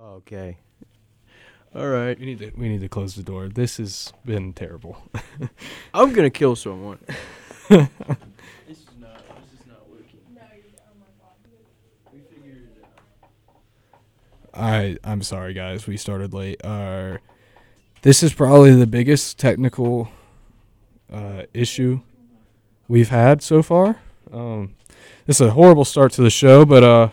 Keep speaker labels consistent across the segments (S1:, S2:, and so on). S1: Okay. All right.
S2: We need to we need to close the door. This has been terrible.
S1: I'm gonna kill someone. this is not. This is not working. We figured it out.
S2: I I'm sorry guys, we started late. Uh, this is probably the biggest technical uh, issue we've had so far. Um, this is a horrible start to the show, but uh,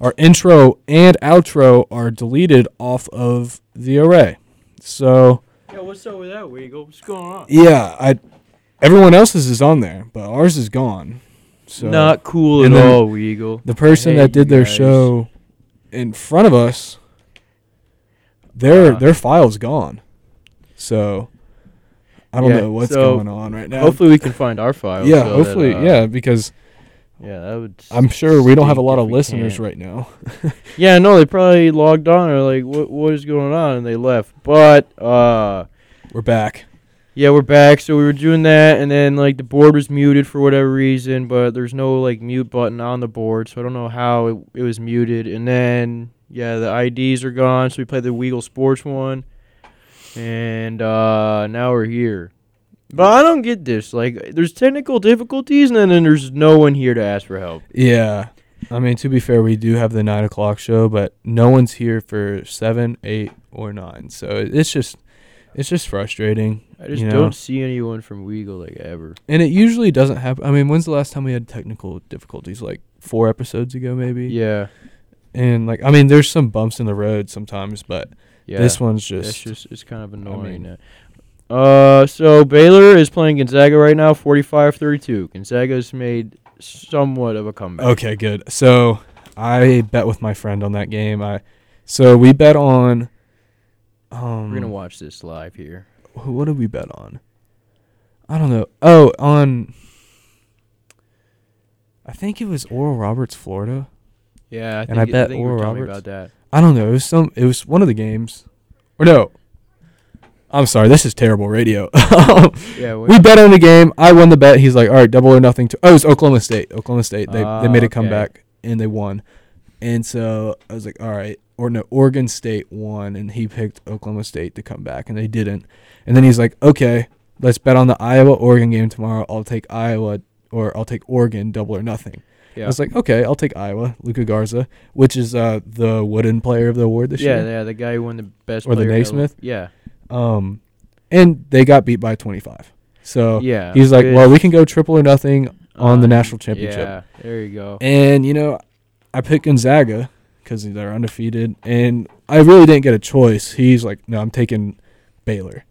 S2: our intro and outro are deleted off of the array. So
S1: Yeah, what's up with that, Weagle? What's going on?
S2: yeah, I everyone else's is on there, but ours is gone. So
S1: not cool at
S2: and then-
S1: all, Weagle.
S2: the person
S1: I
S2: that
S1: hate
S2: did
S1: you
S2: their
S1: guys.
S2: show in front of us their
S1: Uh,
S2: their file's gone so i don't
S1: Yeah,
S2: know what's
S1: so
S2: going on right now
S1: Hopefully, we can find our file.
S2: yeah
S1: so that,
S2: hopefully
S1: uh,
S2: yeah because
S1: Yeah, that would.
S2: i'm sure we don't have a lot of listeners
S1: right.
S2: right now
S1: Yeah, no, they probably logged on and are like, what what is going on? And they left. But uh
S2: we're back
S1: yeah, we're back. So we were doing that and then like the board was muted for whatever reason, but there's no like mute button on the board, so I don't know how it, it was muted. And then yeah, the IDs are gone, so we played the Weagle Sports one. And uh now we're here. But I don't get this. Like there's technical difficulties and then, then there's no one here to ask for help.
S2: yeah i mean to be fair we do have the nine o'clock show but no one's here for seven eight or nine so it's just it's just frustrating
S1: I just
S2: You know.
S1: don't see anyone from Weagle like ever.
S2: and it usually doesn't happen i mean when's the last time we had technical difficulties like four episodes ago maybe
S1: Yeah.
S2: and like I mean, there's some bumps in the road sometimes, but
S1: Yeah.
S2: this one's just,
S1: It's just it's kind of
S2: mean-
S1: annoying. uh, uh, so Baylor is playing Gonzaga right now, 45-32. Gonzaga's made somewhat of a comeback.
S2: okay. Good. So I bet with my friend on that game. I so we bet on. Um,
S1: We're gonna watch this live here.
S2: wh- what did we bet on? I don't know. Oh, on. I think it was Oral Roberts, Florida.
S1: Yeah, I
S2: And I
S1: think-
S2: bet
S1: think we were
S2: Oral
S1: talking
S2: Roberts-
S1: about that.
S2: I don't know. It was some. It was one of the games, or no. I'm sorry. This is terrible radio. Um,
S1: Yeah,
S2: We bet on the game. I won the bet. He's like, all right, double or nothing. To oh, it was Oklahoma State. Oklahoma State. They they
S1: Ah,
S2: made a
S1: okay.
S2: comeback and they won. And so I was like, all right, or no, Oregon State won, and he picked Oklahoma State to come back, and they didn't. And then he's like, okay, let's bet on the Iowa Oregon game tomorrow. I'll take Iowa or I'll take Oregon double or nothing.
S1: yeah.
S2: I was like, okay, I'll take Iowa. Luca Garza, which is uh, the Wooden Player of the Award this
S1: yeah,
S2: year.
S1: yeah, the guy who won the best
S2: Or the
S1: player medal.
S2: Naismith?
S1: Yeah,
S2: Um, and they got beat by 25. So
S1: yeah.
S2: Oh. he's like,
S1: which,
S2: well, we can go triple or nothing on the
S1: um,
S2: national championship.
S1: Yeah, there you go.
S2: And you know, I picked Gonzaga because they're undefeated, and I really didn't get a choice. He's like, "No, I'm taking Baylor."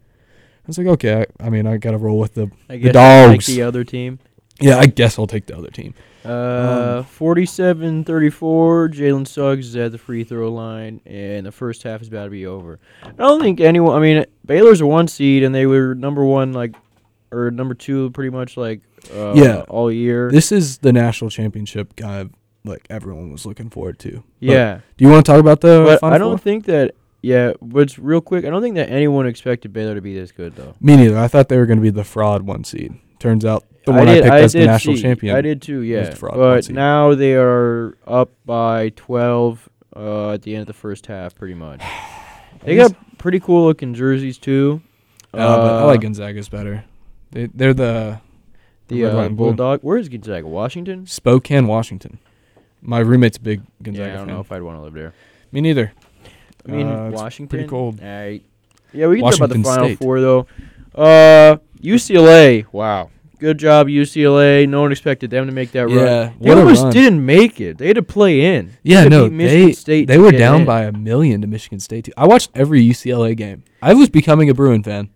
S2: I was like, "Okay." I, I mean, I got to roll with the.
S1: I guess I like
S2: dogs.
S1: the other team.
S2: Yeah, I guess I'll take the other team. Um,
S1: Uh, 47-34. Jalen Suggs is at the free throw line, and the first half is about to be over. I don't think anyone. I mean, Baylor's a one seed, and they were number one, like, or number two, pretty much like, uh,
S2: Yeah.
S1: all year.
S2: This is the national championship guy, like everyone was looking forward to. But
S1: yeah,
S2: do you want to talk about the?
S1: but
S2: Final
S1: I don't
S2: Four?
S1: think that. Yeah, but it's real quick. I don't think that anyone expected Baylor to be this good, though.
S2: Me neither. I thought they were going to be the fraud one seed. Turns out the
S1: I
S2: one I,
S1: did-
S2: picked as the
S1: did
S2: national
S1: see-
S2: champion.
S1: I did too, yeah.
S2: the fraud one
S1: but
S2: seed.
S1: now they are up by 12 uh, at the end of the first half, pretty much. They
S2: guess-
S1: got pretty cool looking jerseys too.
S2: Uh, but I like Gonzaga's better. They, they're the
S1: the
S2: red,
S1: uh,
S2: white, and blue.
S1: bulldog. Where is Gonzaga? Washington.
S2: Spokane, Washington. My roommate's a big Gonzaga
S1: yeah, I don't
S2: fan.
S1: know if I'd want to live there.
S2: Me neither.
S1: I mean,
S2: Uh, it's pretty
S1: Washington.
S2: cold.
S1: All right. Yeah, we can talk
S2: Washington
S1: about the Final
S2: State.
S1: Four though. Uh, UCLA. Wow, good job UCLA. No one expected them to make that run.
S2: Yeah,
S1: They
S2: what a
S1: almost
S2: run.
S1: didn't make it. They had to play in. They
S2: Yeah,
S1: had to
S2: no,
S1: beat Michigan
S2: they
S1: State
S2: they
S1: to
S2: were
S1: get
S2: down
S1: in.
S2: by a million to Michigan State too. I watched every UCLA game. I was becoming a Bruin fan.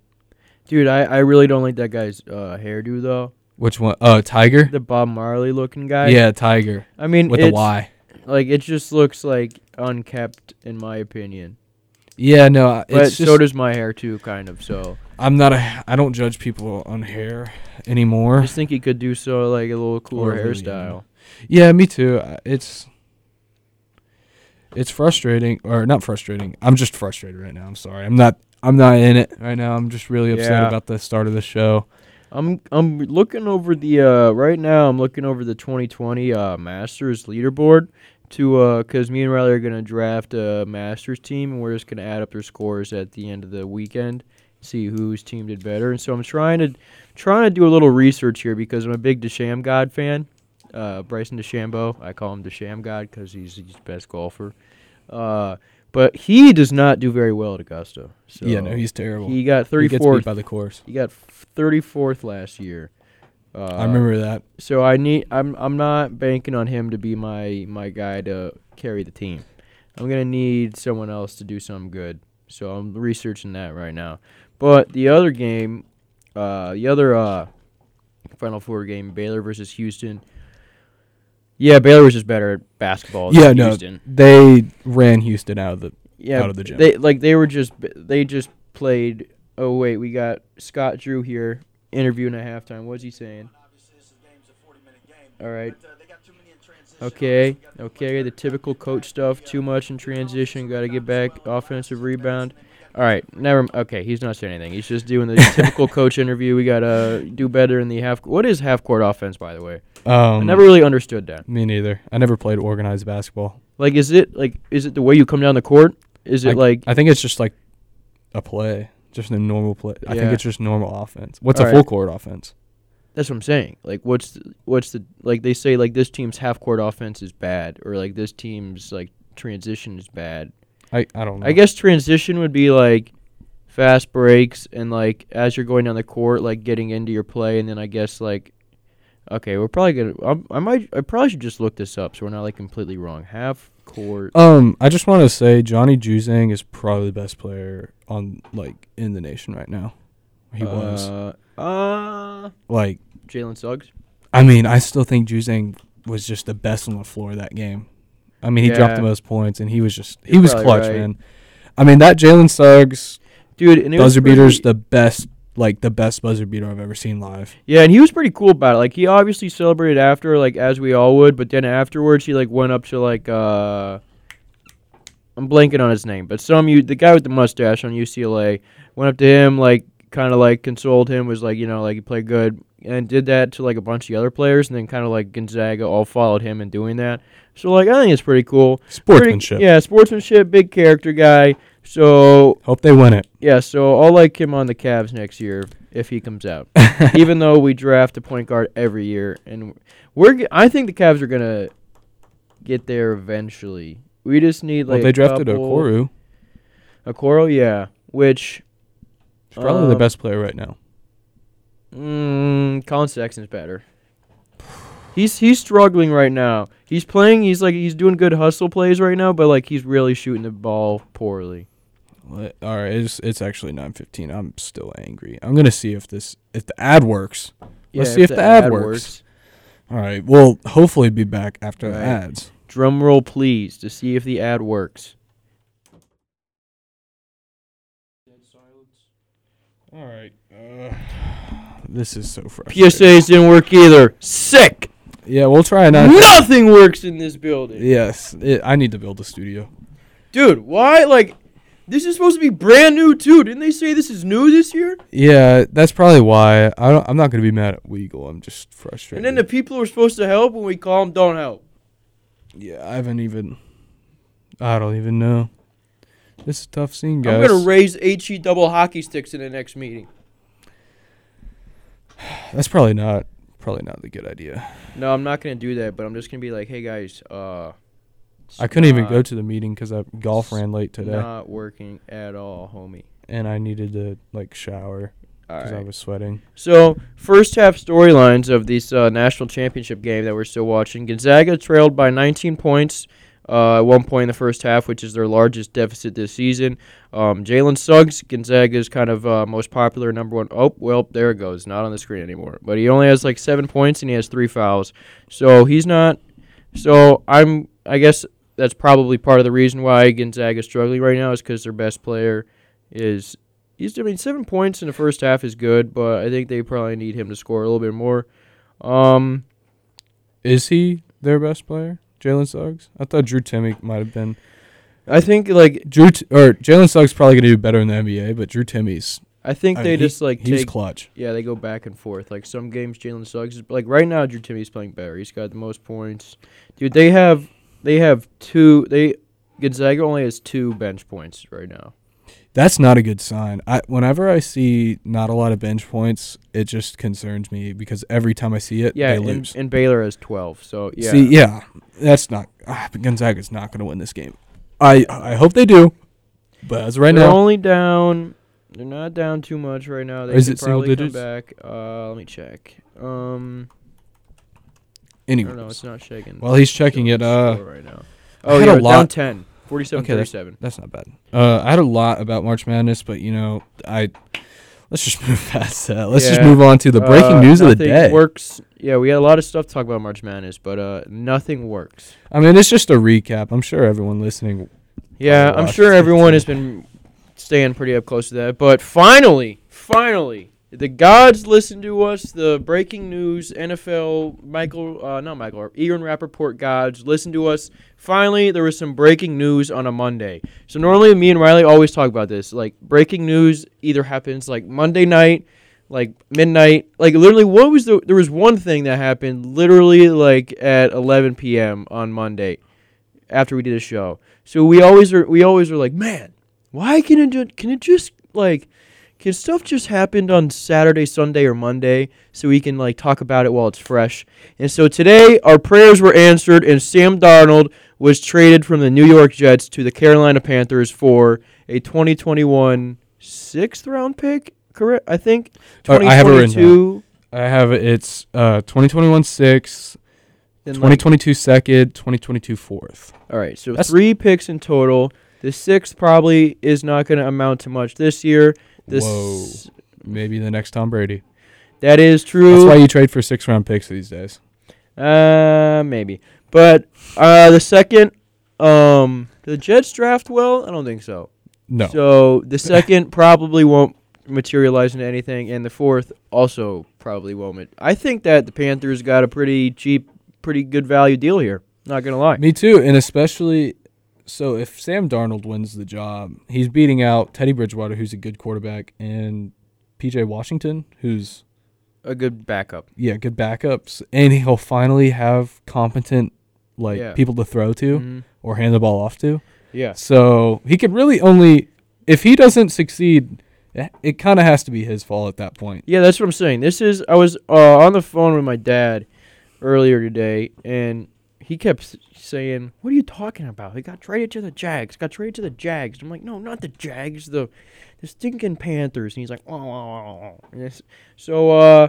S1: Dude, I, I really don't like that guy's uh, hairdo though.
S2: Which one? Uh, Tiger.
S1: The Bob Marley looking guy.
S2: yeah, Tiger
S1: I mean,
S2: with a
S1: it's,
S2: Y.
S1: like it just looks like unkept in my opinion.
S2: Yeah, no, I-
S1: But
S2: it's just
S1: so does my hair too, kind of. So
S2: I'm not a I don't judge people on hair anymore.
S1: I just think he could do so like a little cooler
S2: Or really,
S1: hairstyle.
S2: Yeah, me too. I- It's it's frustrating or not frustrating. I'm just frustrated right now. I'm sorry. I'm not I'm not in it right now. I'm just really upset
S1: Yeah.
S2: about the start of the show.
S1: I'm I'm looking over the uh right now I'm looking over the 2020 uh Masters leaderboard to because me and Riley are gonna draft a Masters team, and we're just gonna add up their scores at the end of the weekend, see whose team did better. And so I'm trying to trying to do a little research here because I'm a big Desham God fan. Uh, Bryson DeChambeau, I call him Desham God because he's he's the best golfer. Uh, but he does not do very well at Augusta. So
S2: yeah, no, he's terrible.
S1: he got
S2: He gets beat
S1: 34th.
S2: by the course.
S1: He got 34th last year. Uh,
S2: I remember that.
S1: so I need I'm I'm not banking on him to be my my guy to carry the team. I'm gonna need someone else to do something good. So I'm researching that right now. But the other game, uh, the other uh, Final Four game, Baylor versus Houston. Yeah, Baylor was just better at basketball.
S2: Yeah,
S1: than
S2: no,
S1: Houston.
S2: They ran Houston out of the.
S1: yeah,
S2: out of the gym.
S1: They like they were just they just played. Oh wait, we got Scott Drew here interviewing at halftime. What's he saying? All right. Okay, okay, the typical coach stuff. Too much in transition. Got to get back. Offensive rebound. All right, never. m- Okay, he's not saying anything. He's just doing the typical coach interview. We gotta do better in the half. What is half court offense, by the way?
S2: Um,
S1: I never really understood that.
S2: Me neither. I never played organized basketball.
S1: Like, is it like is it the way you come down the court? Is it
S2: I,
S1: like
S2: I think it's just like a play, just a normal play. I
S1: Yeah.
S2: think it's just normal offense. What's a
S1: Alright.
S2: full court offense?
S1: That's what I'm saying. Like, what's the, what's the like they say like this team's half court offense is bad, or like this team's like transition is bad.
S2: I, I don't know.
S1: I guess transition would be like fast breaks and like as you're going down the court, like getting into your play, and then I guess like okay, we're probably gonna I'm, I might I probably should just look this up so we're not like completely wrong. Half court.
S2: Um, I just want to say Johnny Juzang is probably the best player on like in the nation right now. He was
S1: Uh, uh
S2: like,
S1: Jalen Suggs.
S2: I mean, I still think Juzang was just the best on the floor that game. I mean, he dropped the
S1: Yeah.
S2: most points, and he was just he
S1: You're
S2: was
S1: probably
S2: clutch,
S1: right.
S2: man. I mean, that Jalen Suggs
S1: Dude, and it was
S2: buzzer
S1: pretty-
S2: beater's the best, like the best buzzer beater I've ever seen live.
S1: Yeah, and he was pretty cool about it. Like he obviously celebrated after, like as we all would, but then afterwards he like went up to like uh I'm blanking on his name, but some you the guy with the mustache on UCLA went up to him, like kinda like consoled him, was like, you know, like you play good and did that to like a bunch of the other players and then kinda like Gonzaga all followed him in doing that. So like I think it's pretty cool. Pretty-
S2: Sportsmanship.
S1: yeah, sportsmanship, big character guy. So
S2: Hope they win it.
S1: yeah, so I'll like him on the Cavs next year if he comes out. Even though we draft a point guard every year, and we're g- I think the Cavs are gonna get there eventually. We just need like
S2: well, they drafted
S1: couple-
S2: Okoro.
S1: Okoro, yeah, which
S2: He's probably the
S1: Um,
S2: best player right now.
S1: mm, Colin Sexton's better. He's he's struggling right now. He's playing. He's like he's doing good hustle plays right now, but like he's really shooting the ball poorly.
S2: All right, it's it's actually nine fifteen. I'm still angry. I'm gonna see if this if the ad works. Let's see if the ad works. All right. Well, hopefully be back after the
S1: Right.
S2: ads.
S1: Drum roll, please, to see if the ad works.
S2: All right. Uh, this is so frustrating.
S1: PSAs didn't work either. Sick.
S2: Yeah, we'll try not.
S1: Nothing works in this building.
S2: Yes, it, I need to build a studio.
S1: Dude, why? Like, this is supposed to be brand new, too. Didn't they say this is new this year?
S2: Yeah, that's probably why. I don't, I'm not gonna be mad at Weagle. I'm just
S1: And
S2: frustrated.
S1: then the people who are supposed to help when we call them don't help.
S2: yeah, I haven't even. I don't even know. This is a tough scene, guys.
S1: I'm going to raise HE double hockey sticks in the next meeting.
S2: that's probably not. Probably not the good idea.
S1: No, I'm not going to do that, but I'm just going to be like, hey, guys, uh. it's
S2: I couldn't even
S1: not-
S2: go to the meeting because I golf ran late today,
S1: Not working at all, homie.
S2: and I needed to like shower
S1: All
S2: because
S1: right.
S2: I was sweating.
S1: So, first half storylines of this uh, national championship game that we're still watching. Gonzaga trailed by 19 points uh, at one point in the first half, which is their largest deficit this season. Um, Jalen Suggs, Gonzaga's kind of uh, most popular number one. Oh, well, there it goes. Not on the screen anymore. But he only has like seven points and he has three fouls. So, he's not. So, I'm. I guess that's probably part of the reason why Gonzaga's struggling right now is because their best player is He's, I mean, seven points in the first half is good, but I think they probably need him to score a little bit more. Um,
S2: Is he their best player, Jalen Suggs? I thought Drew Timmy might have been.
S1: I think like
S2: Drew T- or Jalen Suggs probably gonna do better in the NBA, but Drew Timmy's.
S1: I think
S2: I
S1: they
S2: mean, he-
S1: just like
S2: he's
S1: take
S2: clutch.
S1: yeah they go back and forth. Like some games, Jalen Suggs is like right now, Drew Timmy's playing better. He's got the most points, dude. They have they have two. They Gonzaga only has two bench points right now.
S2: That's not a good sign. I whenever I see not a lot of bench points, it just concerns me because every time I see it,
S1: Yeah,
S2: they
S1: and,
S2: lose.
S1: and Baylor has twelve. So yeah,
S2: See, yeah, that's not. Ah, but Gonzaga's not going to win this game. I I hope they do, but as of right
S1: they're
S2: now,
S1: only down. They're not down too much right now. They
S2: Is
S1: could
S2: it single
S1: probably come
S2: digits?
S1: back. Uh, let me check. Um, I
S2: anyway.
S1: don't know. It's not shaking.
S2: While he's checking it, uh,
S1: right now.
S2: I
S1: Oh
S2: had
S1: yeah,
S2: a
S1: we're down
S2: lot-
S1: 10, 47,
S2: Okay, that's-
S1: 37.
S2: that's not bad. Uh, I had a lot about March Madness, but you know, I let's just move past that. Let's just
S1: Yeah.
S2: move on to the breaking
S1: Uh,
S2: news of the
S1: nothing
S2: day.
S1: Works. Yeah, we had a lot of stuff to talk about March Madness, but uh, nothing works.
S2: I mean, it's just a recap. I'm sure everyone listening.
S1: Yeah,
S2: I
S1: I'm
S2: watched
S1: sure
S2: it
S1: everyone
S2: too.
S1: has been staying pretty up close to that. But finally, finally, the gods listen to us. The breaking news, NFL, Michael, uh, not Michael, Ian Rappaport gods listen to us. Finally, there was some breaking news on a Monday. So normally, me and Riley always talk about this. Like breaking news either happens like Monday night, like midnight, like literally. What was the? There was one thing that happened literally like at 11 p.m. on Monday after we did a show. So we always are we always are like, man, why can it ju- can it just like can stuff just happened on Saturday, Sunday, or Monday so we can like talk about it while it's fresh? And so today our prayers were answered and Sam Darnold was traded from the New York Jets to the Carolina Panthers for a 2021 sixth round pick, correct? I think
S2: All right, Oh, I have it written down.
S1: 2022
S2: I have it's uh 2021 sixth,
S1: and, like,
S2: 2022 second, 2022 fourth.
S1: All right, so
S2: That's-
S1: three picks in total. The sixth probably is not going to amount to much this year. This
S2: Whoa. Maybe the next Tom Brady.
S1: that is
S2: That's
S1: Mm. true.
S2: why you trade for six round picks these days.
S1: uh, maybe, but uh, the second, um, do the Jets draft well. I don't think so.
S2: No.
S1: So the second probably won't materialize into anything, and the fourth also probably won't. mat- I think that the Panthers got a pretty cheap, pretty good value deal here. Not gonna lie.
S2: Me too, and especially so if Sam Darnold wins the job, he's beating out Teddy Bridgewater, who's a good quarterback, and PJ Washington, who's
S1: A good backup.
S2: yeah, good backups, and he'll finally have competent like
S1: Yeah.
S2: people to throw to
S1: Mhm.
S2: or hand the ball off to.
S1: Yeah.
S2: So he could really only if he doesn't succeed, eh, it kind of has to be his fault at that point.
S1: Yeah, that's what I'm saying. This is I was uh, on the phone with my dad earlier today, and he kept s- saying, "What are you talking about? He got traded to the Jags. Got traded to the Jags." I'm like, "No, not the Jags. The the stinking Panthers." And he's like, "Oh, oh, oh, oh." And it's- so uh,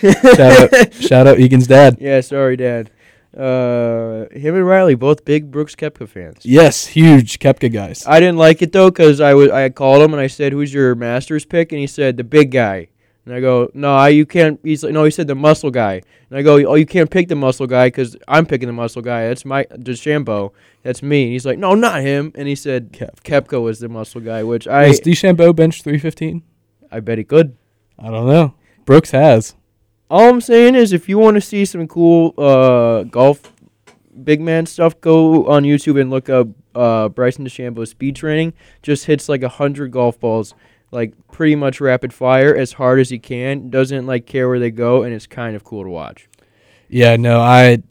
S2: shout out, shout out Egan's dad.
S1: yeah, sorry, Dad. Uh, him and Riley both big Brooks Kepka fans.
S2: Yes, huge Kepka guys.
S1: I didn't like it though because I was I called him and I said, "Who's your Masters pick?" And he said, "The big guy." And I go, "No, I, you can't." He's like, "No," he said, "The muscle guy." And I go, "Oh, you can't pick the muscle guy because I'm picking the muscle guy. That's my DeChambeau. That's me." And he's like, "No, not him." And he said,
S2: Kep-
S1: "Kepka was the muscle guy," which I
S2: Is DeChambeau bench three fifteen?
S1: I bet he could.
S2: I don't know. Brooks has.
S1: All I'm saying is, if you want to see some cool uh, golf big man stuff, go on YouTube and look up uh, Bryson DeChambeau speed training. Just hits like a hundred golf balls, like pretty much rapid fire, as hard as he can. Doesn't like care where they go, and it's kind of cool to watch.
S2: Yeah, no, I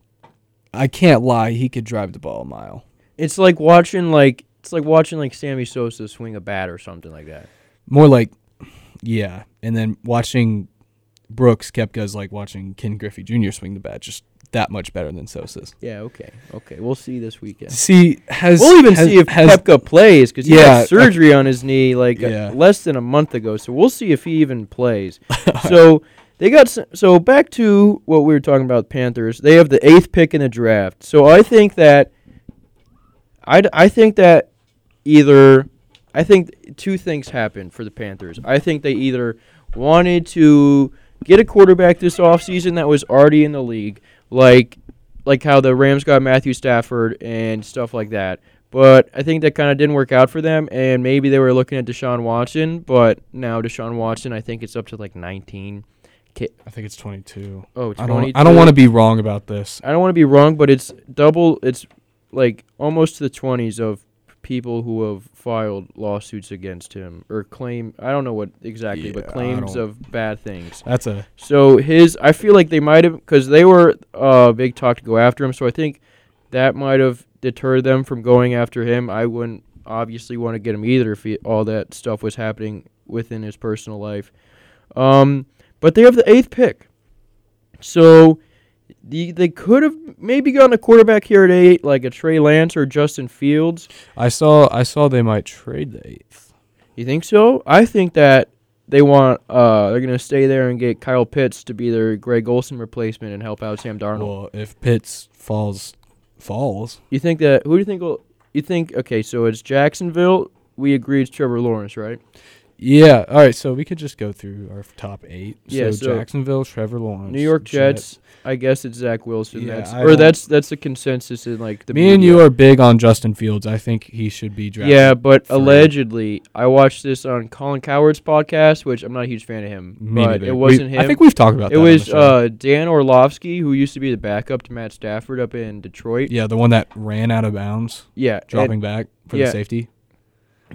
S2: I can't lie, he could drive the ball a mile.
S1: It's like watching like it's like watching like Sammy Sosa swing a bat or something like that.
S2: More like yeah. And then watching Brooks Kepka's like watching Ken Griffey Jr. swing the bat just that much better than Sosa's.
S1: Yeah. Okay. Okay. We'll see this weekend.
S2: See has
S1: We'll even
S2: has-
S1: see if
S2: has,
S1: Kepka plays because he
S2: Yeah,
S1: had surgery on his knee like uh,
S2: Yeah.
S1: less than a month ago. So we'll see if he even plays. so they got s- so back to what we were talking about Panthers. They have the eighth pick in the draft. So I think that I I think that either I think two things happened for the Panthers. I think they either wanted to get a quarterback this offseason that was already in the league, like like how the Rams got Matthew Stafford and stuff like that. But I think that kind of didn't work out for them, and maybe they were looking at Deshaun Watson. But now Deshaun Watson, I think it's up to like 19.
S2: I think it's twenty two.
S1: Oh,
S2: I don't I don't want to be wrong about this.
S1: I don't want to be wrong, but it's double. It's like almost to the twenties of people who have filed lawsuits against him or claim. I don't know what exactly,
S2: Yeah,
S1: but
S2: I
S1: claims
S2: don't-
S1: of bad things.
S2: That's a
S1: So his, I feel like they might have because they were uh, big talk to go after him. So I think that might have deterred them from going after him. I wouldn't obviously want to get him either if he, all that stuff was happening within his personal life. Um, but they have the eighth pick, so the, they could have maybe gotten a quarterback here at eight, like a Trey Lance or Justin Fields.
S2: I saw I saw they might trade the eighth.
S1: You think so? I think that they want uh they're gonna stay there and get Kyle Pitts to be their Greg Olson replacement and help out Sam Darnold.
S2: Well, if Pitts falls falls,
S1: You think that who do you think will you think okay, so it's Jacksonville, we agree it's Trevor Lawrence, right?
S2: yeah. All right, so we could just go through our top eight.
S1: Yeah,
S2: so,
S1: so-
S2: Jacksonville, Trevor Lawrence,
S1: New York Jets, I guess it's Zach Wilson.
S2: Yeah,
S1: that's
S2: I
S1: or
S2: don't-
S1: that's that's the consensus in like the
S2: Me and
S1: media.
S2: you are big on Justin Fields. I think he should be drafted.
S1: Yeah, but
S2: three.
S1: allegedly I watched this on Colin Coward's podcast, which I'm not a huge fan of him.
S2: Me
S1: but
S2: neither.
S1: it
S2: We-
S1: wasn't him.
S2: I think we've talked about
S1: it
S2: that. on
S1: was
S2: the show.
S1: uh, Dan Orlovsky, who used to be the backup to Matt Stafford up in Detroit.
S2: yeah, the one that ran out of bounds,
S1: Yeah, and-
S2: dropping back for
S1: yeah.
S2: the safety.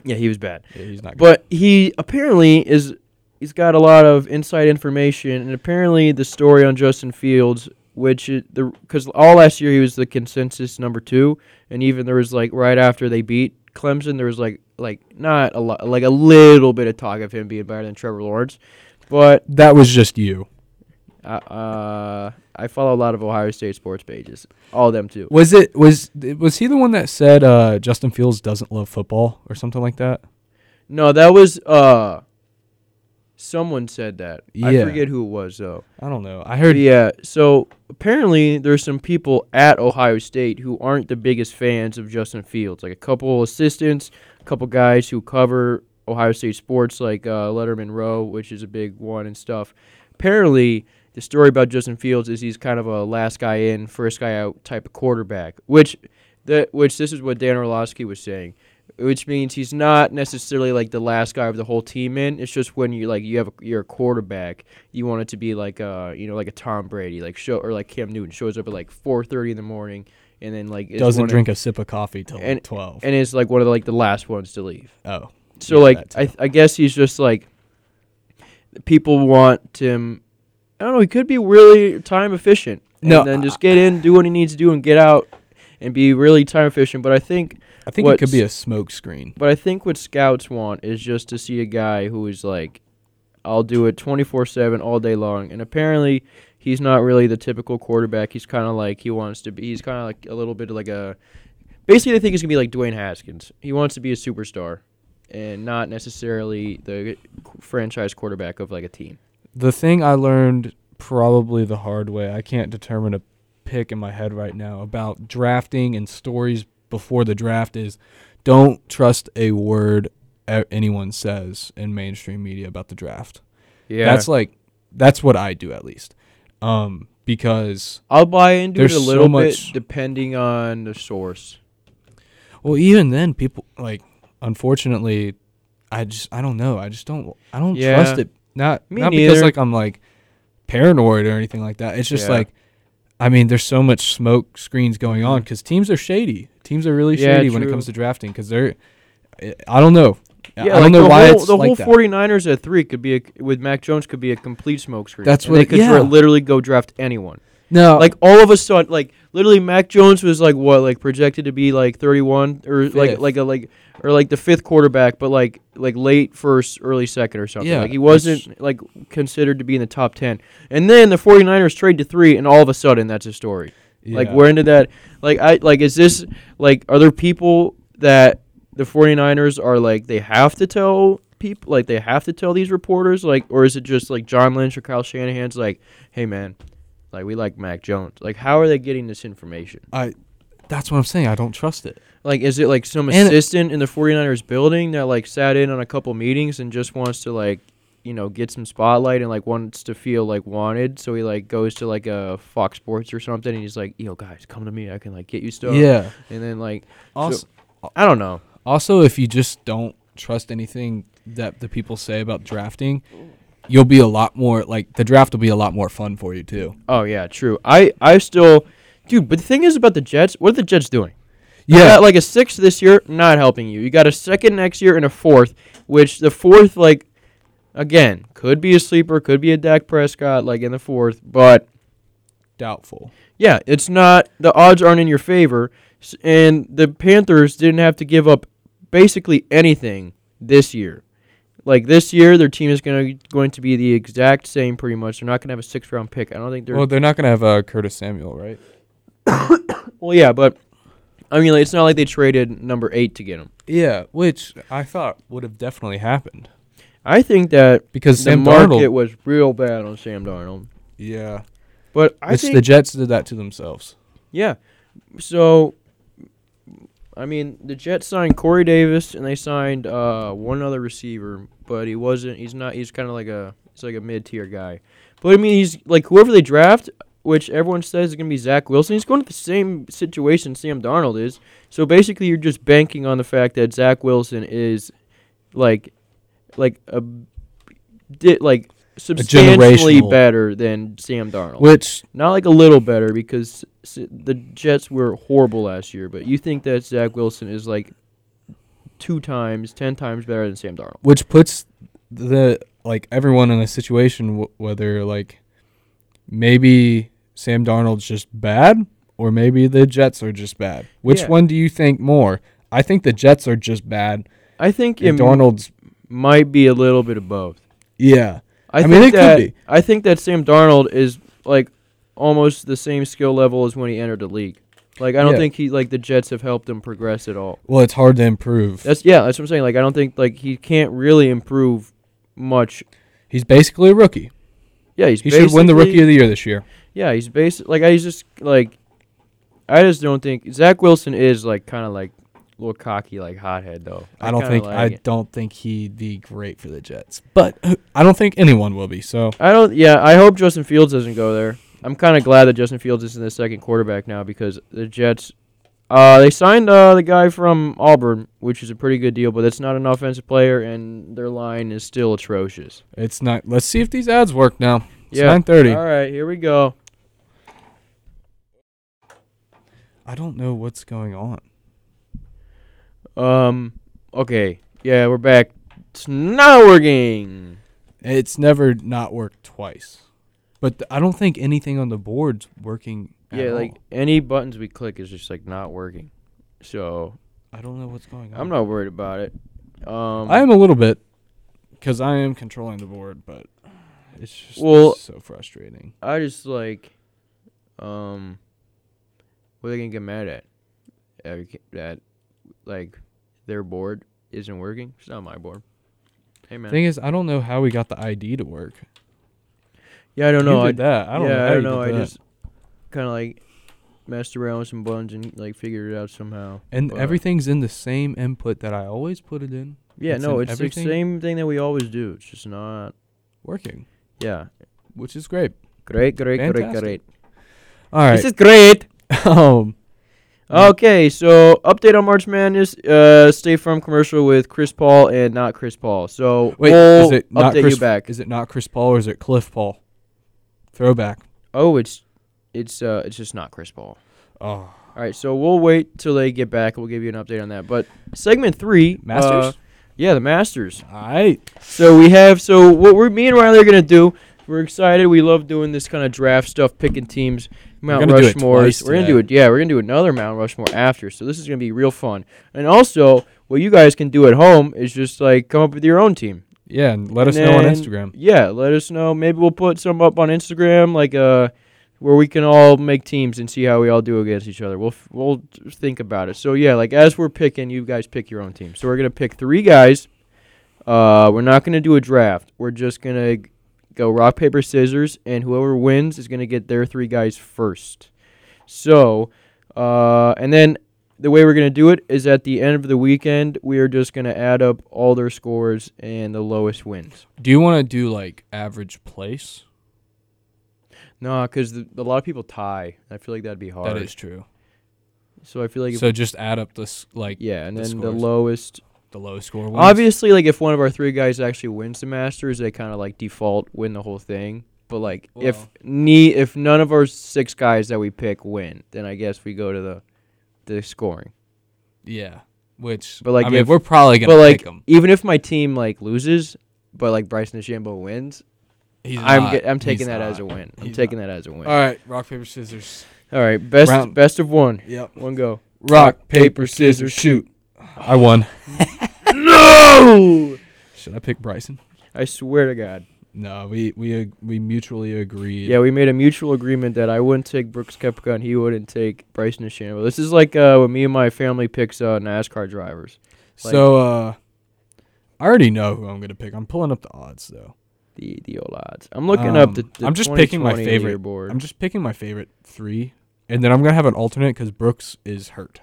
S1: yeah, he was bad.
S2: Yeah, he's not.
S1: But he apparently is he's got a lot of inside information and apparently the story on Justin Fields which is the cuz all last year he was the consensus number 2 and even there was like right after they beat Clemson there was like like not a lot like a little bit of talk of him being better than Trevor Lawrence but
S2: good. that was just you.
S1: uh, uh I follow a lot of Ohio State sports pages all of them too
S2: Was it was was he the one that said uh, Justin Fields doesn't love football or something like that?
S1: no that was uh someone said that I
S2: Yeah.
S1: forget who it was though
S2: I don't know. I heard.
S1: Yeah. So apparently, there's some people at Ohio State who aren't the biggest fans of Justin Fields. Like a couple assistants, a couple guys who cover Ohio State sports, like uh, Letterman Row, which is a big one and stuff. Apparently, the story about Justin Fields is he's kind of a last guy in, first guy out type of quarterback. Which, that which this is what Dan Orlovsky was saying. Which means he's not necessarily like the last guy of the whole team in. It's just when you like you have a, you're a quarterback, you want it to be like uh you know like a Tom Brady like show or like Cam Newton shows up at like four thirty in the morning and then like is one
S2: doesn't
S1: of-
S2: drink a sip of coffee till
S1: And-
S2: like twelve.
S1: and is like one of the, like the last ones to leave.
S2: oh,
S1: So
S2: Yeah,
S1: like
S2: that
S1: I I guess he's just like people want him. I don't know. He could be really time efficient. And
S2: No,
S1: then just get in, do what he needs to do, and get out, and be really time efficient. But I think
S2: I think it
S1: What's-
S2: could be a smoke screen.
S1: but I think what scouts want is just to see a guy who is like, I'll do it 24 7 all day long. And apparently, he's not really the typical quarterback. He's kind of like, he wants to be, he's kind of like a little bit like a. Basically, they think he's going to be like Dwayne Haskins. He wants to be a superstar and not necessarily the franchise quarterback of like a team.
S2: The thing I learned probably the hard way. I can't determine a pick in my head right now about drafting and stories before the draft is don't trust a word a- anyone says in mainstream media about the draft.
S1: Yeah.
S2: That's like that's what I do at least. Um because
S1: I'll buy into it
S2: there's
S1: a
S2: so
S1: little bit
S2: much-
S1: depending on the source.
S2: well even then people like unfortunately I just I don't know. I just don't I don't
S1: Yeah.
S2: trust it. Not
S1: Me
S2: not
S1: neither.
S2: because like I'm like paranoid or anything like that. It's just
S1: Yeah.
S2: like I mean there's so much smoke screens going on cuz teams are shady. Teams are really
S1: Yeah,
S2: shady when it
S1: true.
S2: comes to drafting cuz they're I- I don't know. I
S1: Yeah,
S2: don't
S1: like
S2: know
S1: the
S2: why
S1: whole,
S2: it's
S1: the
S2: like
S1: whole
S2: that.
S1: 49ers at three could be a, with Mac Jones could be a complete smokescreen.
S2: That's
S1: And
S2: what
S1: they
S2: it-
S1: could
S2: yeah. Uh,
S1: literally go draft anyone.
S2: no,
S1: Like all of a sudden, like literally Mac Jones was like what like projected to be like 31 or like
S2: Fifth.
S1: like a like or like the fifth quarterback, but like like late first, early second or something.
S2: Yeah,
S1: like he wasn't like considered to be in the top 10. And then the 49ers trade to three, and all of a sudden that's a story. Like
S2: yeah.
S1: where into that like I like is this like are there people that the 49ers are like they have to tell people like they have to tell these reporters like or is it just like John Lynch or Kyle Shanahan's like hey man like we like Mac Jones like how are they getting this information
S2: I that's what I'm saying. I don't trust it.
S1: like is it like some
S2: And-
S1: assistant in the 49ers building that like sat in on a couple meetings and just wants to like you know get some spotlight and like wants to feel like wanted so he like goes to like a Fox Sports or something and he's like yo guys come to me I can like get you stuff
S2: Yeah.
S1: and then like
S2: Also,
S1: I don't know.
S2: also, if you just don't trust anything that the people say about drafting, you'll be a lot more like the draft will be a lot more fun for you too.
S1: Oh yeah, true. I I still, dude. But the thing is about the Jets. What are the Jets doing? You
S2: Yeah.
S1: got like a sixth this year, not helping you. You got a second next year and a fourth, which the fourth like, again, could be a sleeper, could be a Dak Prescott like in the fourth, but
S2: Doubtful.
S1: Yeah, it's not the odds aren't in your favor, S- and the Panthers didn't have to give up basically anything this year. Like this year, their team is gonna going to be the exact same pretty much. They're not gonna have a six round pick. I don't think they're.
S2: Well, they're not gonna have uh, Curtis Samuel, right?
S1: Well, yeah, but I mean, like, it's not like they traded number eight to get him.
S2: Yeah, which I thought would have definitely happened
S1: I think that
S2: because
S1: the
S2: Sam
S1: market
S2: Darnold.
S1: was real bad on Sam Darnold.
S2: Yeah,
S1: But I
S2: it's
S1: think
S2: the Jets did that to themselves.
S1: Yeah. So, I mean, the Jets signed Corey Davis and they signed uh, one other receiver, but he wasn't. He's not. He's kind of like a. He's like a mid tier guy. But I mean, he's like whoever they draft, which everyone says is gonna be Zach Wilson. He's going to the same situation Sam Darnold is. So basically, you're just banking on the fact that Zach Wilson is, like, like a, di- like substantially
S2: generational-
S1: better than Sam Darnold.
S2: Which
S1: Not like a little better because s- the Jets were horrible last year, but you think that Zach Wilson is like two times, ten times better than Sam Darnold.
S2: which puts the like everyone in a situation w- whether like maybe Sam Darnold's just bad or maybe the Jets are just bad. Which
S1: Yeah.
S2: one do you think more? I think the Jets are just bad.
S1: I think it
S2: And Darnold's
S1: might be a little bit of both.
S2: yeah.
S1: I,
S2: I
S1: think
S2: mean, it could
S1: that,
S2: be.
S1: I think that Sam Darnold is like almost the same skill level as when he entered the league. Like I don't
S2: Yeah.
S1: think he like the Jets have helped him progress at all.
S2: Well, it's hard to improve.
S1: That's yeah, that's what I'm saying. Like I don't think like he can't really improve much.
S2: He's basically a rookie.
S1: Yeah, he's
S2: He should win the
S1: basically-
S2: rookie of the year this year.
S1: Yeah, he's basic. Like I just like, I just don't think Zach Wilson is like kind of like a little cocky, like hothead though.
S2: I, don't
S1: kinda
S2: think I
S1: like it.
S2: don't think he'd be great for the Jets. But uh, I don't think anyone will be. So
S1: I don't. Yeah, I hope Justin Fields doesn't go there. I'm kind of glad that Justin Fields isn't the second quarterback now because the Jets, uh, they signed uh the guy from Auburn, which is a pretty good deal, but that's not an offensive player, and their line is still atrocious.
S2: it's not let's see if these ads work now. It's
S1: Yeah.
S2: nine thirty.
S1: All right, here we go.
S2: I don't know what's going on.
S1: Um, okay, yeah, we're back. It's not working.
S2: It's never not worked twice. But th- I don't think anything on the board's working. at
S1: Yeah, like
S2: all.
S1: any buttons we click is just like not working. So
S2: I don't know what's going on.
S1: I'm not worried about it. Um,
S2: I am a little bit because I am controlling the board, but it's just
S1: Well-
S2: so frustrating.
S1: I just like, um, what are they gonna get mad at? That we can't- That like their board isn't working. It's not my board. Hey man.
S2: Thing is, I don't know how we got the ID to work.
S1: yeah, I don't
S2: You
S1: know. I,
S2: did that. I don't
S1: yeah,
S2: know.
S1: I
S2: how
S1: don't
S2: you
S1: know. I
S2: did that.
S1: just kind of like messed around with some buttons and like figured it out somehow.
S2: and
S1: but-
S2: everything's in the same input that I always put it in.
S1: Yeah,
S2: It's
S1: no,
S2: in
S1: it's
S2: everything?
S1: the same thing that we always do. It's just not.
S2: Working,
S1: Yeah.
S2: which is great.
S1: Great, great, great,
S2: Fantastic.
S1: great.
S2: All right.
S1: This is great.
S2: um, Mm.
S1: Okay, so update on March Madness. Uh, State Farm commercial with Chris Paul and not Chris Paul. So
S2: wait,
S1: we'll
S2: is it not
S1: update
S2: Chris?
S1: you back.
S2: Is it not Chris Paul or is it Cliff Paul? Throwback.
S1: oh, it's it's uh it's just not Chris Paul.
S2: Oh,
S1: All right, so we'll wait till they get back. We'll give you an update on that. But segment three,
S2: Masters.
S1: uh, yeah, the Masters.
S2: All right.
S1: So we have so what we're me and Riley are gonna do. We're excited. We love doing this kind of draft stuff, picking teams. Mount
S2: gonna do it
S1: Rushmore.
S2: twice
S1: We're gonna
S2: today.
S1: do it. Yeah, we're gonna do another Mount Rushmore after. So this is gonna be real fun. And also, what you guys can do at home is just like come up with your own team.
S2: Yeah, and let us
S1: And
S2: know on
S1: then-
S2: Instagram.
S1: Yeah, let us know. Maybe we'll put some up on Instagram, like uh, where we can all make teams and see how we all do against each other. We'll f- we'll t- think about it. So yeah, like as we're picking, you guys pick your own team. So we're gonna pick three guys. Uh, we're not gonna do a draft. We're just gonna g- go rock paper scissors, and whoever wins is gonna get their three guys first. So, uh, and then the way we're going to do it is at the end of the weekend, we are just going to add up all their scores and the lowest wins.
S2: Do you want to do like average place?
S1: No, because a lot of people tie. I feel like that'd be hard.
S2: That is true.
S1: So I feel like, if,
S2: so just add up this like
S1: yeah, and
S2: the
S1: then the
S2: scores.
S1: lowest.
S2: the low score ones.
S1: Obviously, like if one of our three guys actually wins the Masters, they kind of like default win the whole thing. But like if
S2: Well-
S1: ne- if none of our six guys that we pick win, then I guess we go to the the scoring.
S2: Yeah. Which
S1: But, like,
S2: I mean,
S1: if-
S2: we're probably gonna
S1: But
S2: pick
S1: like
S2: 'em.
S1: even if my team like loses, but like Bryson DeChambeau wins,
S2: He's
S1: I'm
S2: not.
S1: ge- I'm
S2: He's
S1: taking that as a
S2: not.
S1: win. I'm
S2: He's
S1: taking that as a win.
S2: All right, rock paper scissors.
S1: All right, best
S2: Round.
S1: best of one.
S2: Yep.
S1: One go.
S2: Rock paper scissors shoot. I won.
S1: No!
S2: Should I pick Bryson?
S1: I swear to God.
S2: No, we we ag- we mutually agreed.
S1: Yeah, we made a mutual agreement that I wouldn't take Brooks Koepka and he wouldn't take Bryson DeChambeau. This is like uh, when me and my family picks uh, NASCAR drivers. like-
S2: so uh, I already know who I'm gonna pick. I'm pulling up the odds though.
S1: The the old odds. I'm looking up
S2: Um,
S1: the, the
S2: I'm just picking my
S1: 2020
S2: favorite.
S1: leaderboard.
S2: I'm just picking my favorite three, and then I'm gonna have an alternate because Brooks is hurt.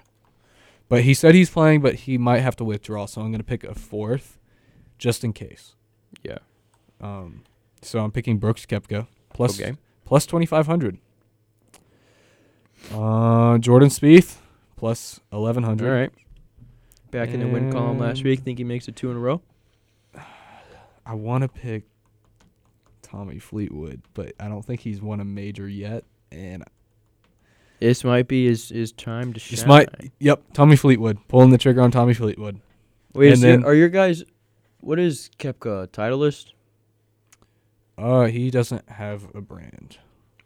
S2: But he said he's playing, but he might have to withdraw, so I'm gonna pick a fourth, just in case.
S1: Yeah.
S2: Um, so I'm picking Brooks Kepka plus
S1: okay.
S2: plus twenty five hundred. Uh, Jordan Spieth plus eleven
S1: All
S2: hundred.
S1: right. Back in the win column last week. Think he makes it two in a row.
S2: I want to pick Tommy Fleetwood, but I don't think he's won a major yet. And
S1: This might be his, his time to shine.
S2: this might, yep, Tommy Fleetwood pulling the trigger on Tommy Fleetwood.
S1: Wait,
S2: and
S1: is your-
S2: then-
S1: are your guys? What is Kepka titleist?
S2: Uh, he doesn't have a brand.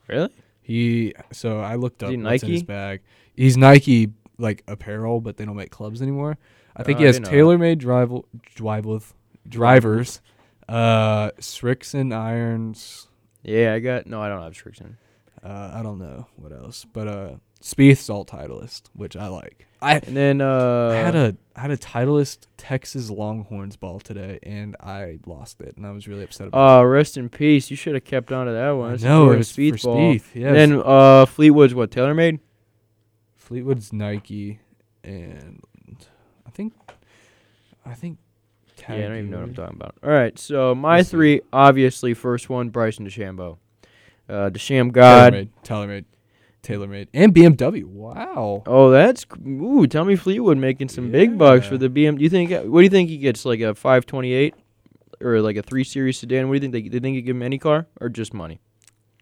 S1: Really?
S2: He so I looked up
S1: he
S2: what's in his
S1: Nike?
S2: bag. He's Nike like apparel, but they don't make clubs anymore. I think
S1: Oh,
S2: he
S1: I
S2: has
S1: didn't know that.
S2: tailor-made drivel, driveleth, drivers, uh, Srixon irons.
S1: Yeah, I got. No, I don't have Strickson.
S2: Uh, I don't know what else, but uh, Spieth's all titleist, which I like. I
S1: And then uh,
S2: I had a I had a Titleist Texas Longhorns ball today, and I lost it, and I was really upset about
S1: Uh, rest in peace. You should have kept on to that one.
S2: it.
S1: Oh, That's
S2: No,
S1: more of
S2: it
S1: a
S2: was for
S1: Spieth ball.
S2: Spieth. Yes.
S1: And then uh, Fleetwood's what TaylorMade.
S2: Fleetwood's Nike, and I think I think.
S1: Yeah, I don't even know what I'm
S2: Taggarty-
S1: talking about. All right, so my
S2: Let's see.
S1: three, obviously, first one, Bryson DeChambeau, uh, DeChambeau God.
S2: TaylorMade, TaylorMade, TaylorMade, and BMW. Wow.
S1: Oh, that's c- ooh. Tommy Fleetwood making some big bucks for
S2: Yeah.
S1: the BM. Do you think? uh, What do you think he gets? Like a 528 or like a three series sedan? What do you think? They, they think you give him any car or just money?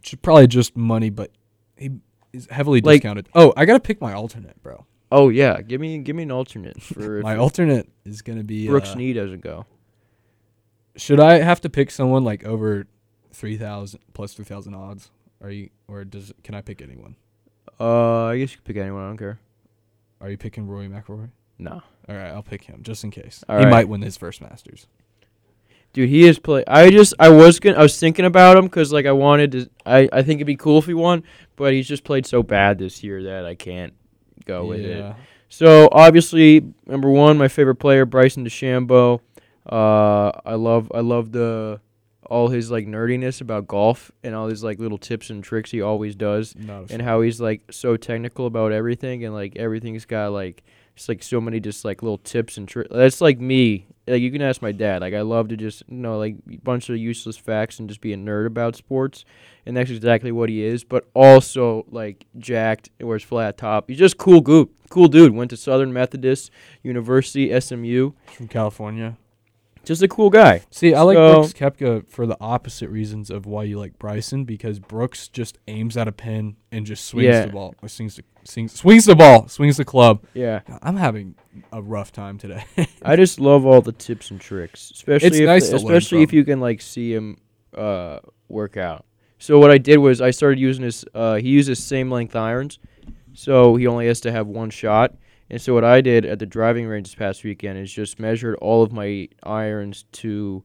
S2: Should probably just money, but he is heavily
S1: Like-
S2: discounted. Oh, I gotta pick my alternate, bro.
S1: Oh yeah, give me give me an alternate for if
S2: My alternate is gonna be
S1: Brooks
S2: uh,
S1: Knee doesn't go.
S2: Should I have to pick someone like over three thousand plus three thousand odds? Are you or does can I pick anyone?
S1: Uh, I guess you can pick anyone. I don't care.
S2: Are you picking Rory McIlroy?
S1: No.
S2: All right, I'll pick him just in case.
S1: All
S2: he
S1: right.
S2: might win his first Masters.
S1: Dude, he is play. I just, I was gonna, I was thinking about him because like I wanted to. I, I think it'd be cool if he won, but he's just played so bad this year that I can't go with Oh, it. So obviously, number one, my favorite player, Bryson DeChambeau. Uh, I love, I love the all his like nerdiness about golf and all his like little tips and tricks he always does
S2: Not a
S1: and
S2: fan.
S1: how he's like so technical about everything and like everything's got like just like so many just like little tips and tricks. That's like me. Like you can ask my dad. Like I love to just you know like a bunch of useless facts and just be a nerd about sports, and that's exactly what he is. But also like jacked, wears flat top. He's just cool goop, cool dude. Went to Southern Methodist University, SMU.
S2: from California.
S1: Just a cool guy.
S2: See, I like
S1: So-
S2: Brooks Kepka for the opposite reasons of why you like Bryson because Brooks just aims at a pin and just swings
S1: Yeah.
S2: the ball. Or swings the swings, swings the ball, swings the club.
S1: Yeah,
S2: I'm having a rough time today.
S1: I just love all the tips and tricks, especially
S2: It's
S1: if
S2: nice to learn
S1: especially if
S2: from.
S1: you can like see him uh, work out. So what I did was I started using his. Uh, he uses same length irons, so he only has to have one shot. And so what I did at the driving range this past weekend is just measured all of my irons to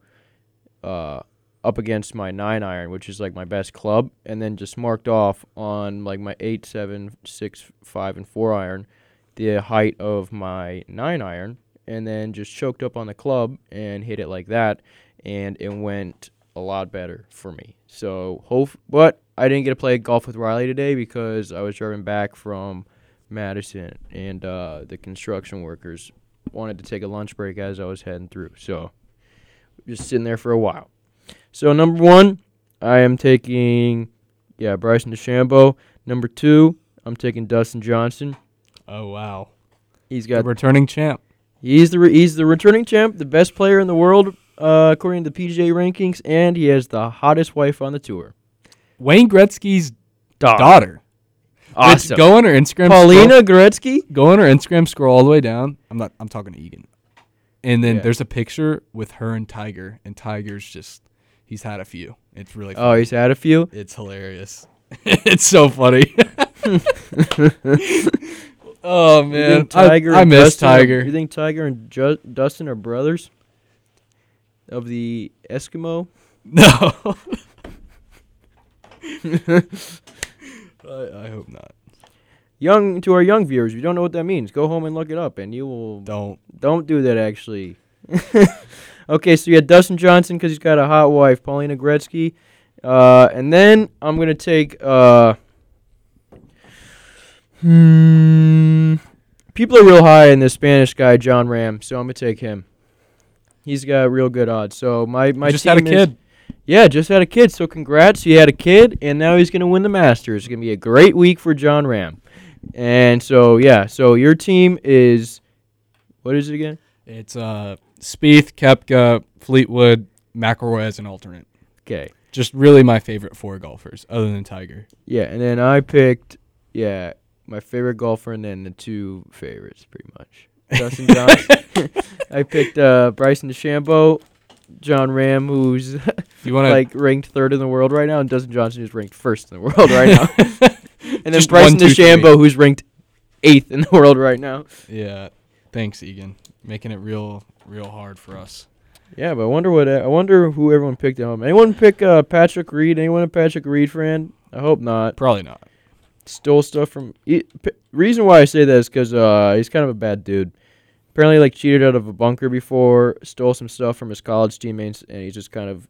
S1: uh, up against my nine iron, which is like my best club, and then just marked off on like my eight, seven, six, five, and four iron the height of my nine iron, and then just choked up on the club and hit it like that, and it went a lot better for me. So hope, but I didn't get to play golf with Riley today because I was driving back from Madison, and uh, the construction workers wanted to take a lunch break as I was heading through. So just sitting there for a while. So number one, I am taking yeah Bryson DeChambeau. Number two, I'm taking Dustin Johnson.
S2: oh wow,
S1: He's
S2: the
S1: got
S2: returning champ.
S1: he's the re- he's the returning champ, the best player in the world uh, according to the PGA rankings, and he has the hottest wife on the tour.
S2: Wayne Gretzky's
S1: Dog.
S2: daughter.
S1: Ah, Awesome.
S2: Which, go on her Instagram.
S1: Paulina
S2: Scroll,
S1: Gretzky.
S2: go on her Instagram. Scroll all the way down. I'm not. I'm talking to Egan. And then
S1: Yeah.
S2: there's a picture with her and Tiger, and Tiger's just He's had a few. It's really
S1: Oh,
S2: funny.
S1: he's had a few.
S2: it's hilarious. it's so funny. oh
S1: you
S2: man,
S1: think
S2: I,
S1: Tiger
S2: I
S1: and
S2: miss
S1: Dustin are-
S2: Tiger.
S1: you think Tiger and Ju- Dustin are brothers of the Eskimo?
S2: No. I, I hope not.
S1: Young to our young viewers, if you don't know what that means. Go home and look it up, and you will.
S2: Don't.
S1: Don't do that actually. okay, so you had Dustin Johnson because he's got a hot wife, Paulina Gretzky, uh, and then I'm gonna take. Uh, hmm, people are real high in this Spanish guy John Ram, so I'm gonna take him. He's got real good odds. So my my
S2: I just had a
S1: team is-
S2: kid.
S1: yeah, just had a kid. So congrats, he had a kid, and now he's gonna win the Masters. It's gonna be a great week for John Ram. And so yeah, so your team is, what is it again?
S2: It's uh Spieth, Kepka, Fleetwood, McElroy as an alternate.
S1: Okay.
S2: Just really my favorite four golfers, other than Tiger.
S1: Yeah, and then I picked yeah my favorite golfer, and then the two favorites pretty much. Dustin Johnson. I picked uh, Bryson DeChambeau, John Ram, who's
S2: You want to
S1: like ranked third in the world right now, and Dustin Johnson who's ranked first in the world right now, and then
S2: Just
S1: Bryson
S2: one, two, three.
S1: DeChambeau who's ranked eighth in the world right now.
S2: Yeah. Thanks, Egan. Making it real, real hard for us.
S1: Yeah, but I wonder what I wonder who everyone picked at home. Anyone pick uh, Patrick Reed? Anyone a Patrick Reed fan? I hope not.
S2: Probably not.
S1: stole stuff from. He, p- reason why I say that is because uh, he's kind of a bad dude. Apparently, like cheated out of a bunker before, stole some stuff from his college teammates, and he's just kind of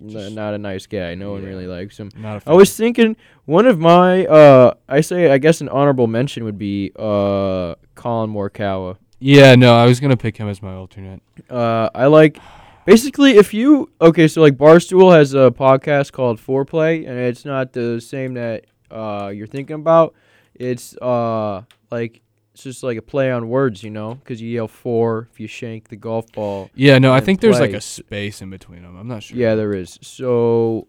S1: n-
S2: Just-
S1: not a nice guy. No one really likes him.
S2: Not a
S1: I was thinking one of my, uh, I say, I guess an honorable mention would be uh, Colin Morikawa.
S2: Yeah, no, I was gonna pick him as my alternate.
S1: Uh, I like basically if you okay, so like Barstool has a podcast called Foreplay, and it's not the same that uh you're thinking about. It's uh like it's just like a play on words, you know, because you yell four if you shank the golf ball.
S2: Yeah, no, I
S1: And
S2: think there's like
S1: play.
S2: a space in between them. I'm not sure.
S1: Yeah, there is. So,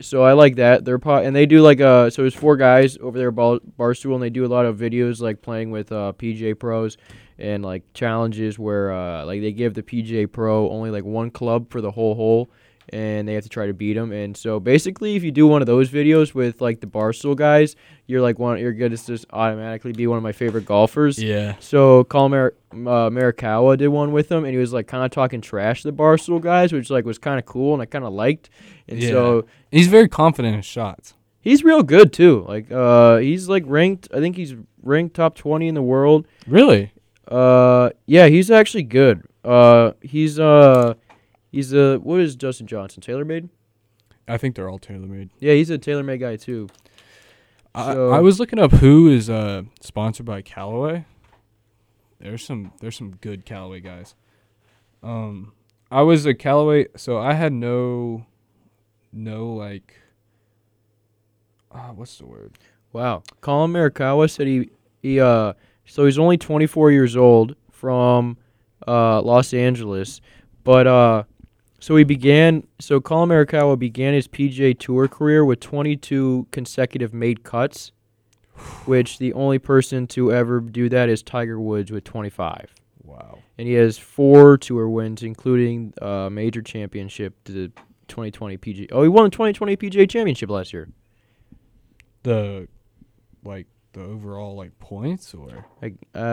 S1: so I like that. They're po- and they do like uh so there's four guys over there at Bar- Barstool and they do a lot of videos like playing with uh PJ pros and like challenges where uh like they give the PJ pro only like one club for the whole hole and they have to try to beat him. And so basically if you do one of those videos with like the Barstool guys, you're like one you're going to just automatically be one of my favorite golfers.
S2: Yeah.
S1: So Colin Mar- uh, Marikawa did one with him, and he was like kind of talking trash to the Barstool guys, which like was kind of cool and I kind of liked. And
S2: Yeah.
S1: so
S2: He's very confident in his shots.
S1: he's real good too. Like uh, he's like ranked. I think he's ranked top twenty in the world.
S2: Really?
S1: Uh, yeah, he's actually good. Uh, he's uh, he's a what is Justin Johnson Taylor made?
S2: I think they're all tailor made.
S1: Yeah, he's a Taylor made guy too.
S2: I,
S1: So-
S2: I was looking up who is uh sponsored by Callaway. There's some there's some good Callaway guys. Um I was a Callaway so I had no no like uh, what's the word?
S1: Wow. Colin Marikawa said he he uh so he's only 24 years old from uh Los Angeles, but uh so he began so Colin Marikawa began his PJ Tour career with 22 consecutive made cuts, which the only person to ever do that is Tiger Woods with 25.
S2: Wow.
S1: And he has four tour wins, including uh, major championship, the 2020 PJ. Oh, he won the 2020 PJ championship last year.
S2: The like the overall like points or
S1: Like, uh, I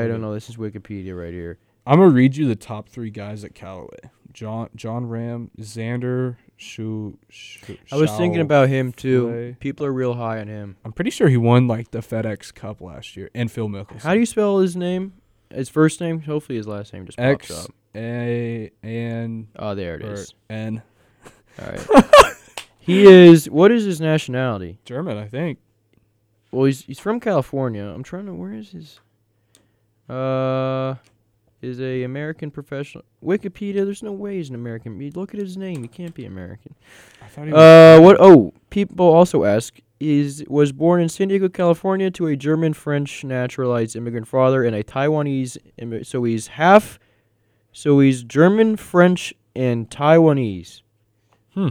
S2: Okay.
S1: don't know. This is Wikipedia right here.
S2: I'm gonna read you the top three guys at Callaway. John John Ram, Xander, Shu. Shu
S1: I was thinking
S2: Shao-
S1: about him too.
S2: Flay.
S1: People are real high on him.
S2: I'm pretty sure he won like the FedEx Cup last year, and Phil Mickelson.
S1: How do you spell his name? His first name? Hopefully his last name just pops
S2: X
S1: up.
S2: A N
S1: Oh, there it
S2: or
S1: is.
S2: N
S1: All right. he is. What is his nationality?
S2: German, I think.
S1: Well, he's he's from California. I'm trying to. Where is his? Uh, is a American professional. Wikipedia. There's no way he's an American. You Look at his name. He can't be American.
S2: I thought he was.
S1: Uh, what? Oh, people also ask is was born in San Diego, California, to a German French naturalized immigrant father and a Taiwanese. Immi- so he's half. So he's German, French, and Taiwanese.
S2: Hmm.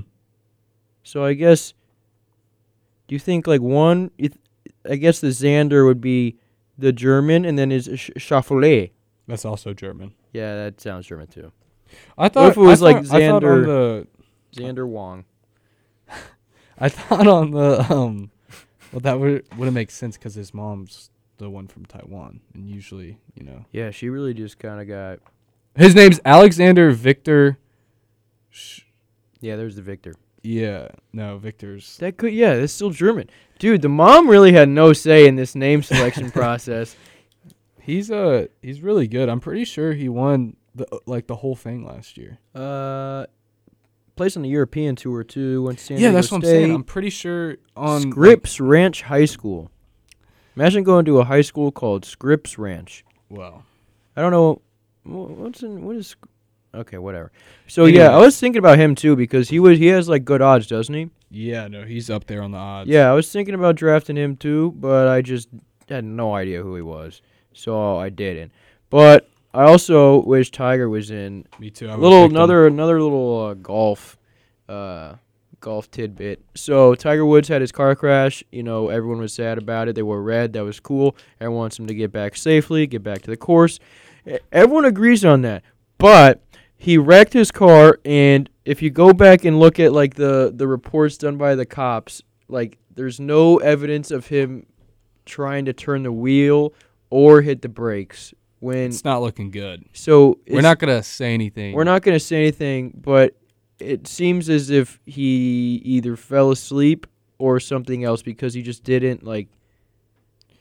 S1: So I guess. Do you think like one? You th- I guess the Xander would be the German, and then is Sh- Schauffele.
S2: That's also German.
S1: Yeah, that sounds German too.
S2: I thought
S1: if it was,
S2: I
S1: like,
S2: thought- I thought on
S1: Xander-
S2: the
S1: Xander Wong.
S2: I thought on the um, well that would wouldn't make sense because his mom's the one from Taiwan, and usually you know
S1: Yeah, she really just kind of got.
S2: his name's Alexander Victor. Sh-
S1: Yeah, there's the Victor.
S2: yeah, no, Victor's
S1: That could. Yeah, that's still German, dude. The mom really had no say in this name selection process.
S2: he's uh he's really good. I'm pretty sure he won the like the whole thing last year.
S1: Uh, placed on the European tour too. Went to San
S2: yeah,
S1: Diego
S2: that's what I'm
S1: State.
S2: saying. I'm pretty sure on like,
S1: Scripps Ranch High School. Imagine going to a high school called Scripps Ranch.
S2: well,
S1: I don't know wh- what's in what is. Sc- Okay, whatever. So yeah, I
S2: Anyway.
S1: was thinking about him too because he was he has like good odds, doesn't he?
S2: yeah, no, he's up there on the odds.
S1: Yeah, I was thinking about drafting him too, but I just had no idea who he was, so I didn't. But I also wish Tiger was in
S2: me too. I would've
S1: little
S2: picked him.
S1: another another little uh, golf uh golf tidbit so tiger woods had his car crash you know everyone was sad about it they were red that was cool everyone wants him to get back safely get back to the course E- everyone agrees on that but he wrecked his car and if you go back and look at like the the reports done by the cops like there's no evidence of him trying to turn the wheel or hit the brakes when
S2: It's not looking good.
S1: so
S2: We're
S1: it's-
S2: not gonna say anything.
S1: we're not going to say anything, but it seems as if he either fell asleep or something else because he just didn't like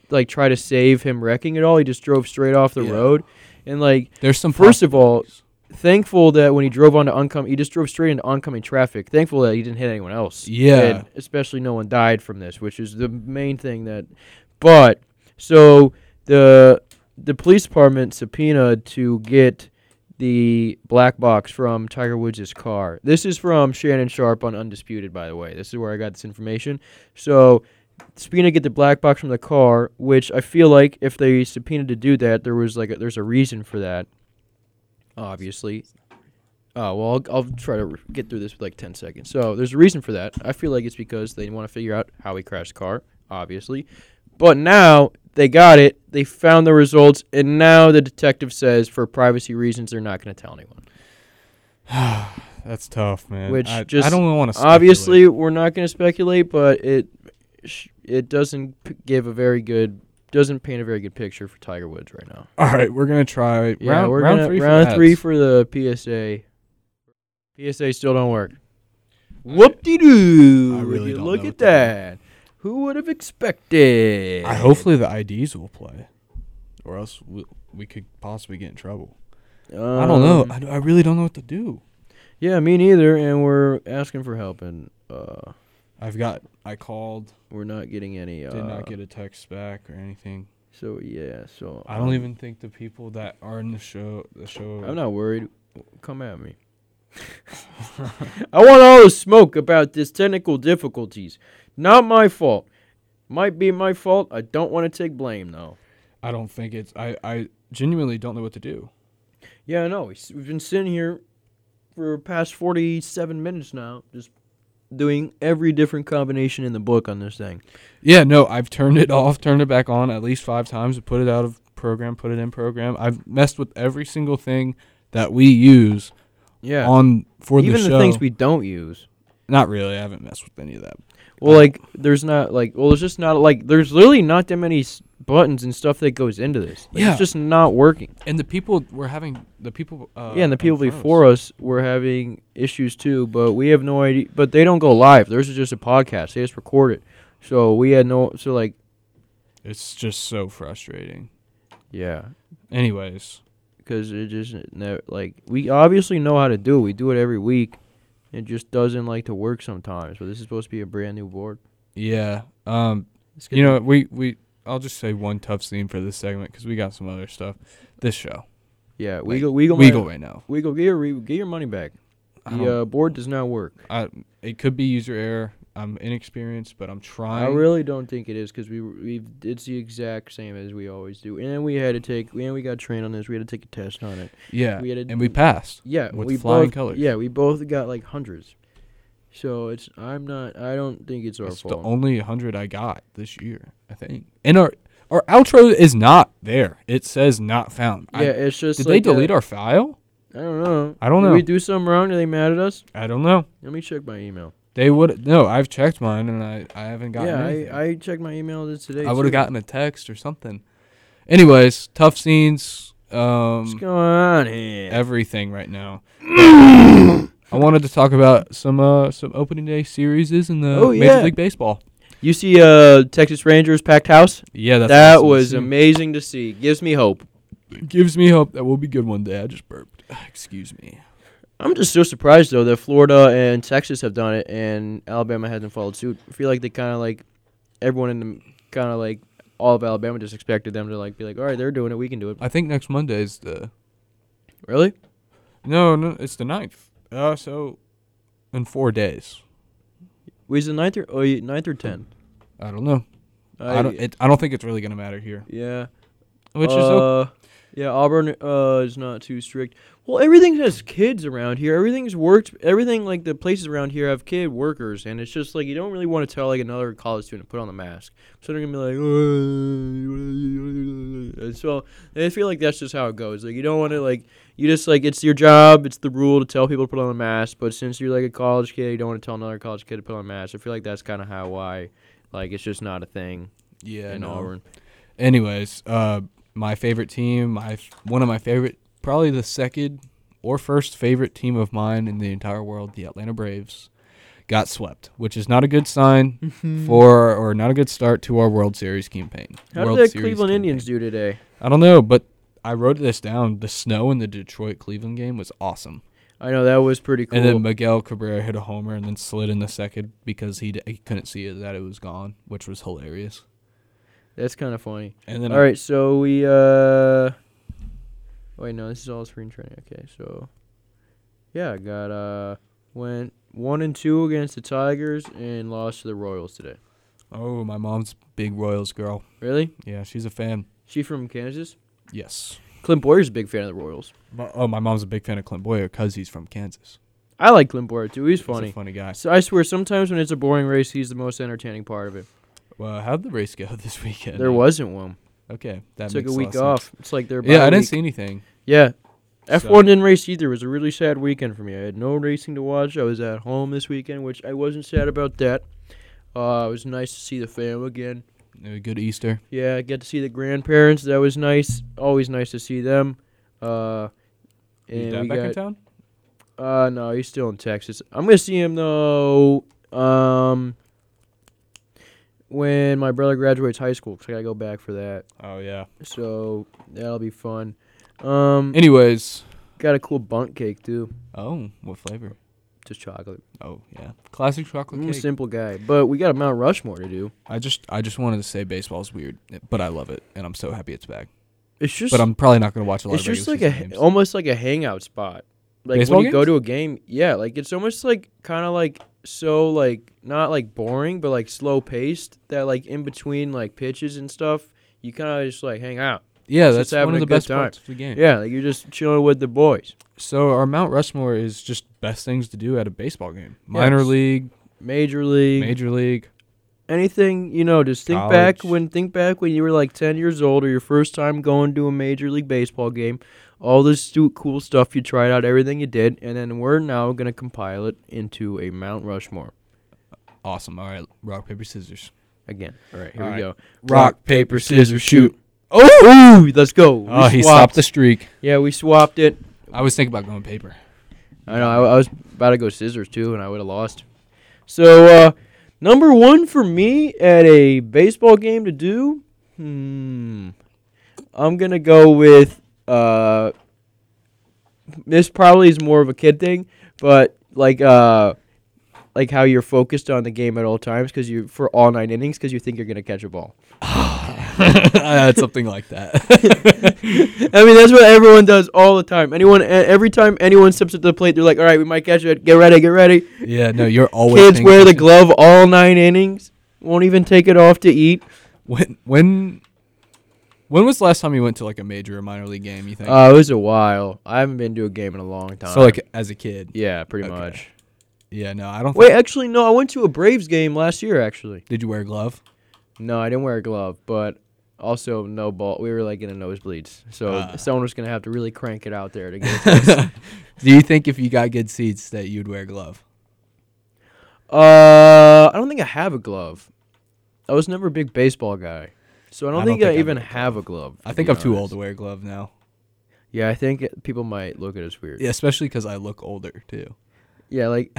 S1: like try to save him wrecking it all. He just drove straight off the
S2: Yeah.
S1: road. And like
S2: There's some
S1: first of
S2: possibilities.
S1: all, thankful that when he drove onto oncoming he just drove straight into oncoming traffic. Thankful that he didn't hit anyone else.
S2: Yeah.
S1: And especially no one died from this, which is the main thing that but so the the police department subpoenaed to get the black box from Tiger Woods' car. This is from Shannon Sharp on Undisputed, by the way. This is where I got this information. So subpoena get the black box from the car, which I feel like if they subpoenaed to do that, there was like a, there's a reason for that. Obviously. Oh well, I'll, I'll try to re- get through this with like ten seconds. So there's a reason for that. I feel like it's because they want to figure out how he crashed the car, obviously. But now they got it. They found the results, and now the detective says, for privacy reasons, they're not going to tell anyone.
S2: That's tough, man.
S1: Which
S2: I,
S1: just
S2: I don't want to.
S1: Obviously, we're not going to speculate, but it sh- it doesn't p- give a very good doesn't paint a very good picture for Tiger Woods right now.
S2: All right, we're gonna try
S1: Yeah,
S2: round,
S1: we're
S2: round
S1: gonna,
S2: three. for
S1: round
S2: ads.
S1: three for the PSA. PSA still don't work. Whoop de doo!
S2: I really don't
S1: look at
S2: know what
S1: that.
S2: that
S1: Who would have expected?
S2: I, hopefully the IDs will play, or else we, we could possibly get in trouble. I don't know.
S1: Um,
S2: I, d- I really don't know what to do.
S1: Yeah, me neither. And we're asking for help, and uh,
S2: I've got. I called.
S1: we're not getting any. Uh,
S2: Did not get a text back or anything.
S1: So yeah, so
S2: I don't
S1: um,
S2: even think the people that are in the show. The show.
S1: I'm not worried. Come at me. I want all the smoke about this technical difficulties. Not my fault. Might be my fault. I don't want to take blame though.
S2: I don't think it's. I. I genuinely don't know what to do.
S1: Yeah, I know. We've s- We've been sitting here for the past 47 minutes now, just doing every different combination in the book on this thing.
S2: Yeah, no, I've turned it off, turned it back on at least five times, put it out of program, put it in program. I've messed with every single thing that we use
S1: Yeah.
S2: on for
S1: Even
S2: the
S1: the,
S2: show.
S1: things we don't use.
S2: Not really. I haven't messed with any of that.
S1: Well,
S2: Uh,
S1: like there's not like well, there's just not like there's literally not that many s- buttons and stuff that goes into this. Like,
S2: Yeah.
S1: it's just not working.
S2: And the people we're having, the people. Uh,
S1: yeah, and the
S2: in
S1: people
S2: front of
S1: before us were having issues too, but we have no idea. But they don't go live. Theirs is just a podcast. They just record it. So we had no. So like
S2: It's just so frustrating.
S1: yeah,
S2: Anyways,
S1: because it just never like we obviously know how to do it. We do it every week. It just doesn't like to work sometimes. But this is supposed to be a brand new board.
S2: yeah. Um,
S1: Let's get
S2: you know, we we. I'll just say one tough scene for this segment because we got some other stuff. This show,
S1: yeah, we
S2: like,
S1: go, we go,
S2: we go right now.
S1: we go. Get your, re- get your money back.
S2: I don't-
S1: The uh, board does not work.
S2: I, it could be user error. I'm inexperienced, but I'm
S1: I,
S2: trying.
S1: really don't think it is because we we it's the exact same as we always do, and then we had to take and we got trained on this. We had to take a test on it.
S2: Yeah,
S1: We had a-
S2: and we passed.
S1: Yeah,
S2: With
S1: we
S2: flying
S1: both,
S2: colours.
S1: Yeah, we both got like hundreds. So it's I'm not I don't think it's our
S2: It's the
S1: fault.
S2: only hundred I got this year, I think. And our our outro is not there. It says not found. I-
S1: yeah, it's just
S2: did
S1: like
S2: they delete
S1: a,
S2: our file?
S1: I don't know.
S2: I don't
S1: Did
S2: know.
S1: we do something wrong? Are they mad at us?
S2: I don't know.
S1: Let me check my email.
S2: They would no. I've checked mine and I I haven't gotten.
S1: yeah,
S2: anything.
S1: I, I checked my email this today.
S2: I would
S1: too.
S2: have gotten a text or something. Anyways, tough scenes.
S1: What's
S2: Um,
S1: going on here?
S2: everything right now. I wanted to talk about some uh some opening day series in the
S1: Oh,
S2: Major
S1: yeah.
S2: League Baseball.
S1: You see, uh, Texas Rangers packed house.
S2: Yeah, that's
S1: that
S2: awesome to
S1: was
S2: see.
S1: amazing to see. Gives me hope.
S2: gives me hope that we'll be good one day. I just burped. Excuse me.
S1: I'm just so surprised though that Florida and Texas have done it and Alabama hasn't followed suit. I feel like they kind of like everyone in the kind of like all of Alabama just expected them to like be like, all right, they're doing it, we can do it.
S2: I think next Monday is the
S1: Really?
S2: no no it's the ninth. Uh, so in four days.
S1: Was the ninth or oh, yeah, ninth or ten?
S2: I don't know. I, don't. It, I don't think it's really gonna matter here.
S1: yeah.
S2: Which
S1: uh,
S2: is okay.
S1: yeah, Auburn uh, is not too strict. Well, everything has kids around here. Everything's worked. Everything like the places around here have kid workers, and it's just like you don't really want to tell like another college student to put on the mask. So they're gonna be like, and so and I feel like that's just how it goes. Like you don't want to like you just like it's your job, it's the rule to tell people to put on a mask. But since you're like a college kid, you don't want to tell another college kid to put on a mask. I feel like that's kind of how why like it's just not a thing
S2: yeah
S1: in
S2: no.
S1: Auburn.
S2: Anyways, uh, my favorite team, my f- one of my favorite, probably the second or first favorite team of mine in the entire world, the Atlanta Braves, got swept, which is not a good sign for or not a good start to our World Series campaign.
S1: Mm-hmm. How
S2: World
S1: did the
S2: Series
S1: Cleveland
S2: campaign.
S1: Indians do today?
S2: I don't know, but I wrote this down. The snow in the Detroit Cleveland game was awesome,
S1: I know that was pretty cool.
S2: and then Miguel Cabrera hit a homer and then slid in the second because he, d- he couldn't see it, that it was gone, which was hilarious.
S1: That's kind of funny.
S2: And then
S1: all right, so we uh Wait, no, this is all spring training. Okay, so Yeah, I got uh went 1 and 2 against the Tigers and lost to the Royals today.
S2: oh, my mom's big Royals girl.
S1: Really?
S2: Yeah, she's a fan.
S1: She from Kansas?
S2: Yes.
S1: Clint Boyer's a big fan of the Royals.
S2: oh, my mom's a big fan of Clint Boyer because he's from Kansas.
S1: I like Clint Boyer too. He's
S2: He's
S1: funny.
S2: a funny guy.
S1: so I swear sometimes when it's a boring race, he's the most entertaining part of it.
S2: Well, how'd the race go this weekend?
S1: there wasn't one.
S2: Okay, that
S1: Took a
S2: makes
S1: week
S2: lot of
S1: off.
S2: sense.
S1: It's like they're
S2: Yeah, I didn't see anything.
S1: Yeah. F1
S2: So-
S1: didn't race either. It was a really sad weekend for me. I had no racing to watch. I was at home this weekend, which I wasn't sad about that. Uh, it was nice to see the fam again.
S2: A Uh, good Easter.
S1: Yeah, I get to see the grandparents. That was nice. Always nice to see them. Uh,
S2: Is
S1: and
S2: Dad
S1: we
S2: back in
S1: got,
S2: town?
S1: uh, no, he's still in Texas. I'm gonna see him though. Um, when my brother graduates high school, 'cause I gotta go back for that.
S2: Oh yeah.
S1: So that'll be fun. Um,
S2: Anyways.
S1: got a cool bunk cake too.
S2: Oh, what flavor?
S1: Just chocolate.
S2: Oh yeah, classic chocolate
S1: I'm a
S2: cake.
S1: simple guy, but we got a Mount Rushmore to do.
S2: I just, I just wanted to say baseball's weird, but I love it, and I'm so happy it's back.
S1: It's just,
S2: But I'm probably not gonna watch a lot
S1: it's
S2: of
S1: just
S2: regular
S1: like a
S2: season
S1: ha-
S2: games.
S1: almost like a hangout spot. Like
S2: Baseball
S1: when you go
S2: games?
S1: to a game, yeah, like it's almost like kind of like so like not like boring, but like slow paced. That like in between like pitches and stuff, you kind of just like hang out.
S2: yeah,
S1: just
S2: that's
S1: having
S2: one
S1: a
S2: of the
S1: good
S2: best
S1: time.
S2: parts of the game.
S1: Yeah, like you're just chilling with the boys.
S2: So our Mount Rushmore is just best things to do at a baseball game. Minor
S1: Yes.
S2: league,
S1: Major league,
S2: major league.
S1: anything you know. Just think back
S2: College.
S1: when think back when you were like ten years old or your first time going to a major league baseball game. All this stu- cool stuff you tried out, everything you did, and then we're now gonna compile it into a Mount Rushmore
S2: Awesome. All right, rock paper scissors.
S1: again. All right, here
S2: All
S1: we
S2: right.
S1: go.
S2: Rock paper scissors shoot.
S1: Oh, let's go. We
S2: Oh, he
S1: swapped.
S2: stopped the streak.
S1: Yeah, we swapped it.
S2: I was thinking about going paper.
S1: I know. I, I was about to go scissors too, and I would have lost. So uh, number one for me at a baseball game to do. Hmm. I'm gonna go with. Uh, this probably is more of a kid thing, but like uh, like how you're focused on the game at all times because you for all nine innings because you think you're gonna catch a ball.
S2: I had Uh, something like that.
S1: I mean, that's what everyone does all the time. Anyone, e- every time anyone steps up to the plate, they're like, "All right, we might catch it. Get ready, get ready."
S2: yeah, no, you're always
S1: Kids
S2: paying
S1: wear the
S2: attention.
S1: glove all nine innings. Won't even take it off to eat.
S2: When when when was the last time you went to like a major or minor league game? You think?
S1: Uh, it was a while. I haven't been to a game in a long time.
S2: so like as a kid.
S1: yeah, pretty
S2: Okay.
S1: much.
S2: Yeah, no, I don't. Think,
S1: Wait, actually, no. I went to a Braves game last year. Actually,
S2: did you wear a glove?
S1: no, I didn't wear a glove, but Also, no ball. We were like in the nosebleeds, so
S2: Ah.
S1: someone was gonna have to really crank it out there to get. it.
S2: Do you think if you got good seats that you'd wear a glove?
S1: uh, I don't think I have a glove. I was never a big baseball guy, so I don't, think, I
S2: I'm
S1: even
S2: a glove.
S1: have a glove.
S2: I
S1: to
S2: think
S1: be
S2: I'm too old
S1: honest.
S2: to wear a glove now.
S1: Yeah, I think it- people might look at us weird.
S2: Yeah, especially because I look older too.
S1: Yeah, like,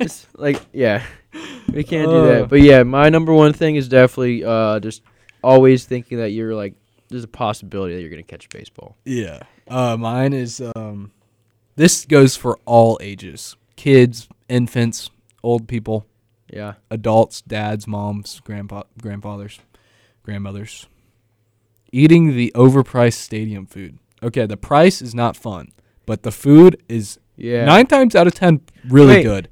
S1: it's like, yeah, we can't do
S2: Uh.
S1: that. But yeah, my number one thing is definitely uh, just always thinking that you're like, there's a possibility that you're gonna catch a baseball.
S2: Yeah. Uh, mine is um, this goes for all ages: kids, infants, old people,
S1: Yeah,
S2: adults, dads, moms, grandpa, grandfathers, grandmothers. Eating the overpriced stadium food. Okay, the price is not fun, but the food is
S1: yeah.
S2: nine times out of ten really
S1: Wait,
S2: good.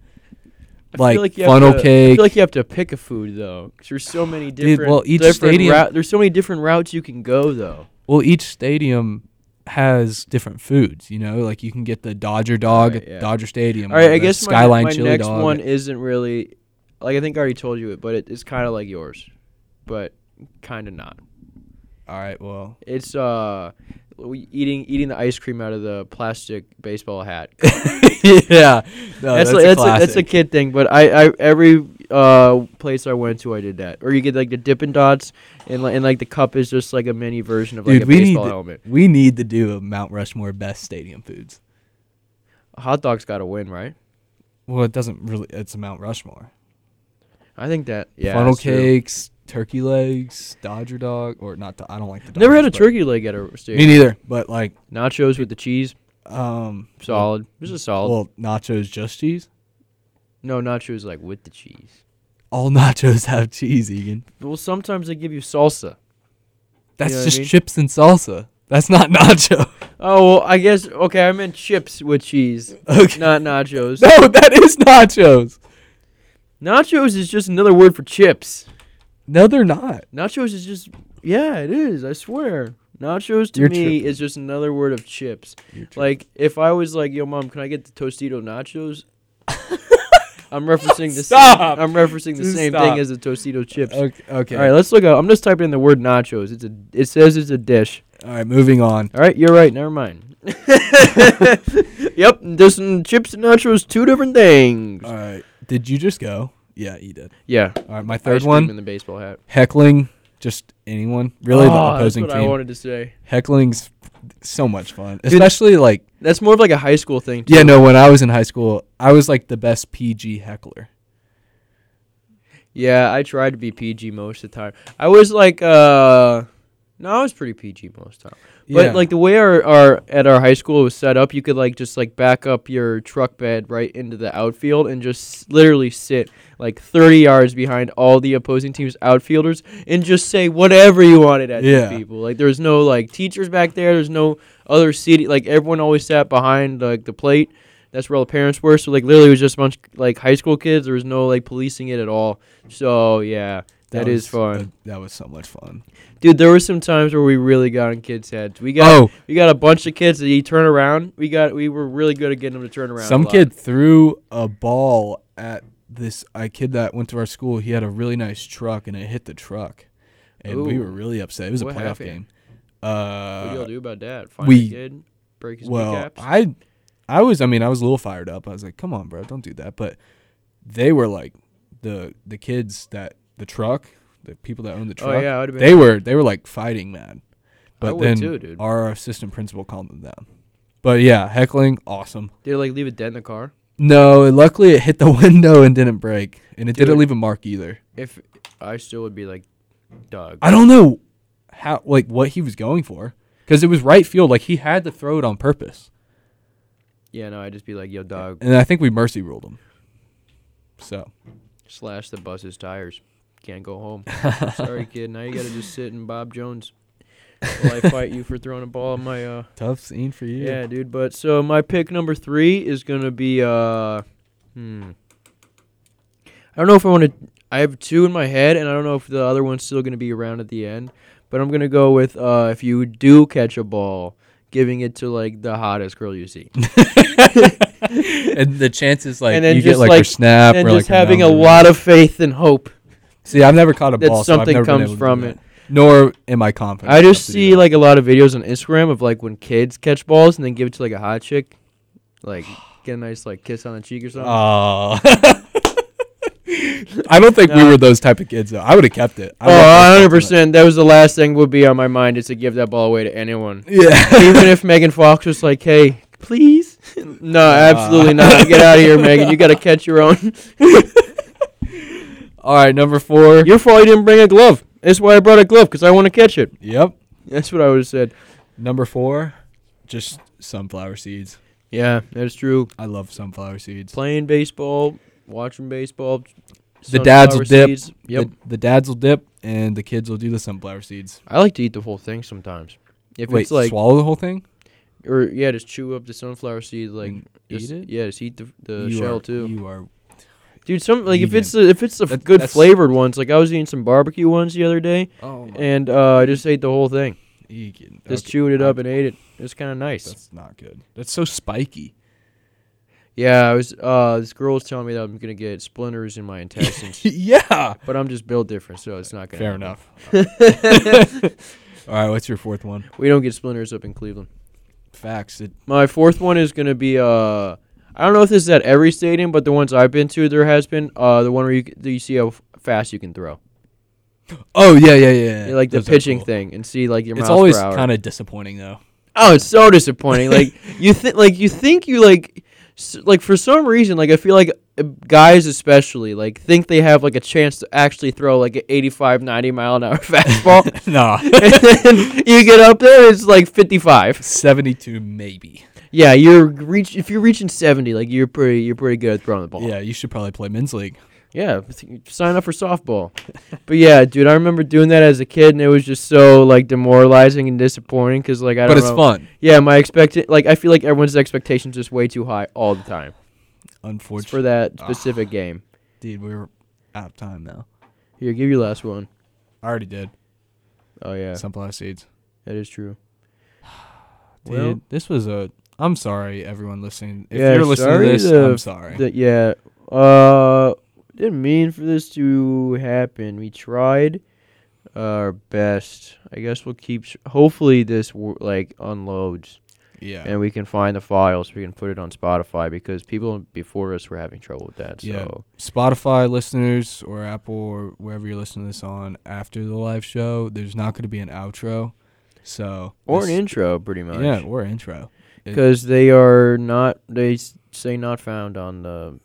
S1: I feel
S2: Like,
S1: you have
S2: funnel
S1: to- I
S2: cake.
S1: feel like you have to pick a food though, 'cause there's so many different.
S2: well, each
S1: different
S2: stadium-
S1: route- there's so many different routes you can go though.
S2: well, each stadium has different foods. You know, like you can get the Dodger dog
S1: Right,
S2: at
S1: yeah.
S2: Dodger Stadium.
S1: All right,
S2: or
S1: I
S2: Mm, the
S1: guess my, ne-
S2: Skyline
S1: my
S2: Chili
S1: next
S2: Dog.
S1: one isn't really like I think I already told you it, but it, it's kind of like yours, but kind of not.
S2: All right, well,
S1: It's uh, we- eating eating the ice cream out of the plastic baseball hat.
S2: yeah, no,
S1: that's like, that's,
S2: Oh, that's, a
S1: a, that's a
S2: classic.
S1: kid thing, but I, I every uh place I went to I did that. Or you get like the Dippin' Dots, and like and like the cup is just like a mini version of like
S2: Dude,
S1: a
S2: we need
S1: baseball
S2: to-
S1: helmet.
S2: we need to do a Mount Rushmore best stadium foods.
S1: Hot dog's got to win, right?
S2: Well, it doesn't really. It's a Mount Rushmore.
S1: I think that yeah.
S2: Funnel
S1: that's true.
S2: cakes, turkey legs, Dodger dog, or not. Do- I don't like the.
S1: Never had a
S2: Dodgers,
S1: turkey leg at a
S2: but- Me
S1: steak.
S2: neither. But like,
S1: Nachos with the cheese,
S2: um,
S1: solid. This is solid.
S2: Well, nachos just cheese.
S1: no, nachos like with the cheese.
S2: All nachos have cheese, Egan.
S1: Well, sometimes they give you salsa.
S2: That's
S1: know what I
S2: just
S1: mean?
S2: chips and salsa. That's not nacho.
S1: Oh well, I guess okay. I meant chips with cheese,
S2: Okay.
S1: not nachos.
S2: No, that is nachos.
S1: Nachos is just another word for chips.
S2: No, they're not.
S1: Nachos is just yeah, it is. I swear, nachos to
S2: You're
S1: me
S2: tripping.
S1: is just another word of chips. Like if I was like, "Yo, mom, can I get the Tostito nachos?" I'm referencing the
S2: Stop.
S1: same. I'm referencing the
S2: Just
S1: same
S2: stop.
S1: thing as the Tostito chips.
S2: okay. okay.
S1: All right, let's look up. I'm just typing in the word nachos. It's a. It says it's a dish.
S2: All right, moving on.
S1: All right, you're right. Never mind. yep, this and chips and nachos, two different things.
S2: All right. Did you just go? Yeah, you did.
S1: yeah,
S2: All right, my
S1: ice
S2: third
S1: cream
S2: one,
S1: in the baseball hat.
S2: heckling just anyone, really
S1: Oh,
S2: the opposing
S1: that's what I
S2: team.
S1: wanted to say.
S2: Heckling's so much fun,
S1: Dude.
S2: especially like
S1: That's more of like a high school thing.
S2: yeah, no, when I was in high school, I was like the best PG heckler.
S1: Yeah, I tried to be PG most of the time. I was like, uh, no, I was pretty PG most of the time. But
S2: Yeah.
S1: like the way our, our at our high school was set up, you could like just like back up your truck bed right into the outfield and just s- literally sit like 30 yards behind all the opposing team's outfielders and just say whatever you wanted at
S2: Yeah.
S1: these people. Like there was no like teachers back there. There's no other seat. Like everyone always sat behind like the plate. That's where all the parents were. So like literally it was just a bunch like high school kids. There was no like policing it at all. So yeah, that
S2: was-
S1: is fun,
S2: That, that was so much fun.
S1: dude. There were some times where we really got in kids' heads. We got
S2: Oh,
S1: we got a bunch of kids that you turn around. We got we were really good at getting them to turn around. a
S2: some
S1: lot.
S2: kid threw a ball at this a kid that went to our school. He had a really nice truck, and it hit the truck, and we
S1: Ooh.
S2: were really upset. It was
S1: What
S2: a playoff
S1: happened?
S2: game.
S1: What do y'all
S2: Uh,
S1: do about that? Find
S2: we-
S1: a kid, break his
S2: well,
S1: kneecaps.
S2: I, I was. I mean, I was a little fired up. I was like, "Come on, bro, don't do that." But they were like, the the kids that the truck, the people that owned the truck.
S1: oh yeah, I would have been.
S2: They were they were like fighting mad, but
S1: would
S2: then
S1: too, dude.
S2: our assistant principal calmed them down. But yeah, heckling, awesome.
S1: Did it, like leave a dent in the car?
S2: No, and luckily it hit the window and didn't break, and it didn't
S1: Dude.
S2: leave a mark either.
S1: If I still would be like, Doug.
S2: I don't know how like what he was going for because it was right field. Like he had to throw it on purpose,
S1: Yeah, no, I'd just be like, yo, dog,
S2: and I think we mercy ruled him. So
S1: slash the bus's tires. Can't go home. Sorry, kid. Now you gotta just sit in Bob Jones. While I fight you for throwing a ball at my uh
S2: tough scene for you.
S1: Yeah, dude. But so my pick number three is gonna be uh, hmm. I don't know if I want to. I have two in my head, and I don't know if the other one's still gonna be around at the end. But I'm gonna go with uh, if you do catch a ball, giving it to like the hottest girl you see,
S2: and the chances like
S1: And then
S2: you get
S1: just,
S2: like, your
S1: like-
S2: snap
S1: and
S2: or
S1: just
S2: like
S1: having a
S2: number.
S1: lot of faith and hope
S2: See, I've never caught a
S1: that
S2: ball. so I've
S1: something
S2: never been
S1: comes
S2: able to do
S1: from
S2: that.
S1: it.
S2: nor am I confident.
S1: I
S2: enough
S1: just
S2: to do
S1: see
S2: that.
S1: like a lot of videos on Instagram of like when kids catch balls and then give it to like a hot chick, like get a nice like kiss on the cheek or
S2: Uh,
S1: something.
S2: Aw. I don't think we
S1: Nah.
S2: were those type of kids though. I would have kept it. I
S1: Oh,
S2: would've kept it.
S1: 100 percent. That was the last thing would be on my mind is to give that ball away to anyone,
S2: Yeah.
S1: even if Megan Fox was like, "Hey, please." no,
S2: Uh.
S1: absolutely not. Get out of here, Megan. You gotta catch your own.
S2: All right, number four.
S1: Your fault. You didn't bring a glove. That's why I brought a glove because I want to catch it.
S2: Yep.
S1: That's what I would have said.
S2: Number four, just sunflower seeds.
S1: Yeah, that's true.
S2: I love sunflower seeds.
S1: Playing baseball, watching baseball.
S2: The dads
S1: sunflower
S2: will dip.
S1: seeds. Yep.
S2: The, the dads will dip, and the kids will do the sunflower seeds.
S1: I like to eat the whole thing sometimes. If
S2: Wait,
S1: it's like
S2: swallow the whole thing?
S1: or yeah, just chew up the sunflower seed like
S2: And
S1: just,
S2: eat it?
S1: Yeah, just eat the the
S2: You
S1: shell
S2: are-
S1: too.
S2: You are.
S1: Dude, some like if
S2: vegan.
S1: it's the, if it's the f
S2: That-
S1: good
S2: that's-
S1: flavored ones, like I was eating some barbecue ones the other day
S2: Oh my.
S1: and uh I just ate the whole thing.
S2: you can-
S1: Just
S2: okay,
S1: chewed it
S2: I-
S1: up and ate it. It was kind of nice.
S2: That's not good. That's so spiky.
S1: Yeah, I was uh this girl was telling me that I'm going to get splinters in my intestines,
S2: yeah.
S1: but I'm just built different, so it's not going to
S2: Fair enough. All right, what's your fourth one?
S1: We don't get splinters up in Cleveland.
S2: Facts. It,
S1: My fourth one is gonna be uh, I don't know if this is at every stadium, but the ones I've been to, there has been uh the one where you c- you see how f- fast you can throw,
S2: oh yeah, yeah, yeah. yeah.
S1: like the
S2: Those are
S1: pitching
S2: cool.
S1: thing, and see like your
S2: It's
S1: miles
S2: always
S1: per hour.
S2: kind of disappointing though.
S1: oh, it's so disappointing. like you think like you think you like s- like for some reason like I feel like uh, guys especially like think they have like a chance to actually throw like an 85 90 mile an hour fastball
S2: nah.
S1: and then you get up there it's like 55
S2: Seventy-two, maybe.
S1: yeah you're reach if you're reaching 70 like you're pretty you're pretty good at throwing the ball
S2: Yeah, you should probably play men's league.
S1: Yeah, th- sign up for softball. but yeah, dude, I remember doing that as a kid, and it was just so like demoralizing and disappointing because like I don't.
S2: But it's
S1: know.
S2: fun.
S1: Yeah, my expect like I feel like everyone's expectations just way too high all the time
S2: Unfortunately,
S1: for that specific game.
S2: dude, we're out of time now.
S1: Here, give your last one.
S2: I already did
S1: Oh yeah,
S2: sunflower seeds.
S1: that is true.
S2: Dude,
S1: Well-
S2: this was a. I'm sorry, everyone listening. If
S1: Yeah,
S2: you're listening
S1: sorry
S2: to this,
S1: to-
S2: I'm sorry.
S1: Th- yeah. Uh, didn't mean for this to happen. We tried our best. I guess we'll keep. Sh- hopefully, this w- like unloads.
S2: yeah,
S1: and we can find the files. We can put it on Spotify because people before us were having trouble with that.
S2: Yeah.
S1: So
S2: Spotify listeners or Apple or wherever you're listening to this on after the live show, there's not going to be an outro. So
S1: or an
S2: this-
S1: intro, pretty much.
S2: yeah, or intro.
S1: because they are not. They s- say not found on the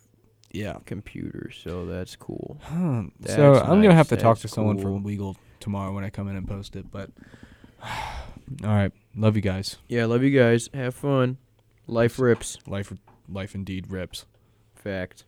S2: Yeah.
S1: computer, so that's cool.
S2: Hmm.
S1: That's
S2: So I'm gonna have to
S1: nice.
S2: talk to
S1: That's
S2: someone
S1: cool.
S2: from legal tomorrow when I come in and post it. But all right, love you guys.
S1: Yeah, love you guys. Have fun. Life rips.
S2: Life, life indeed rips.
S1: Fact.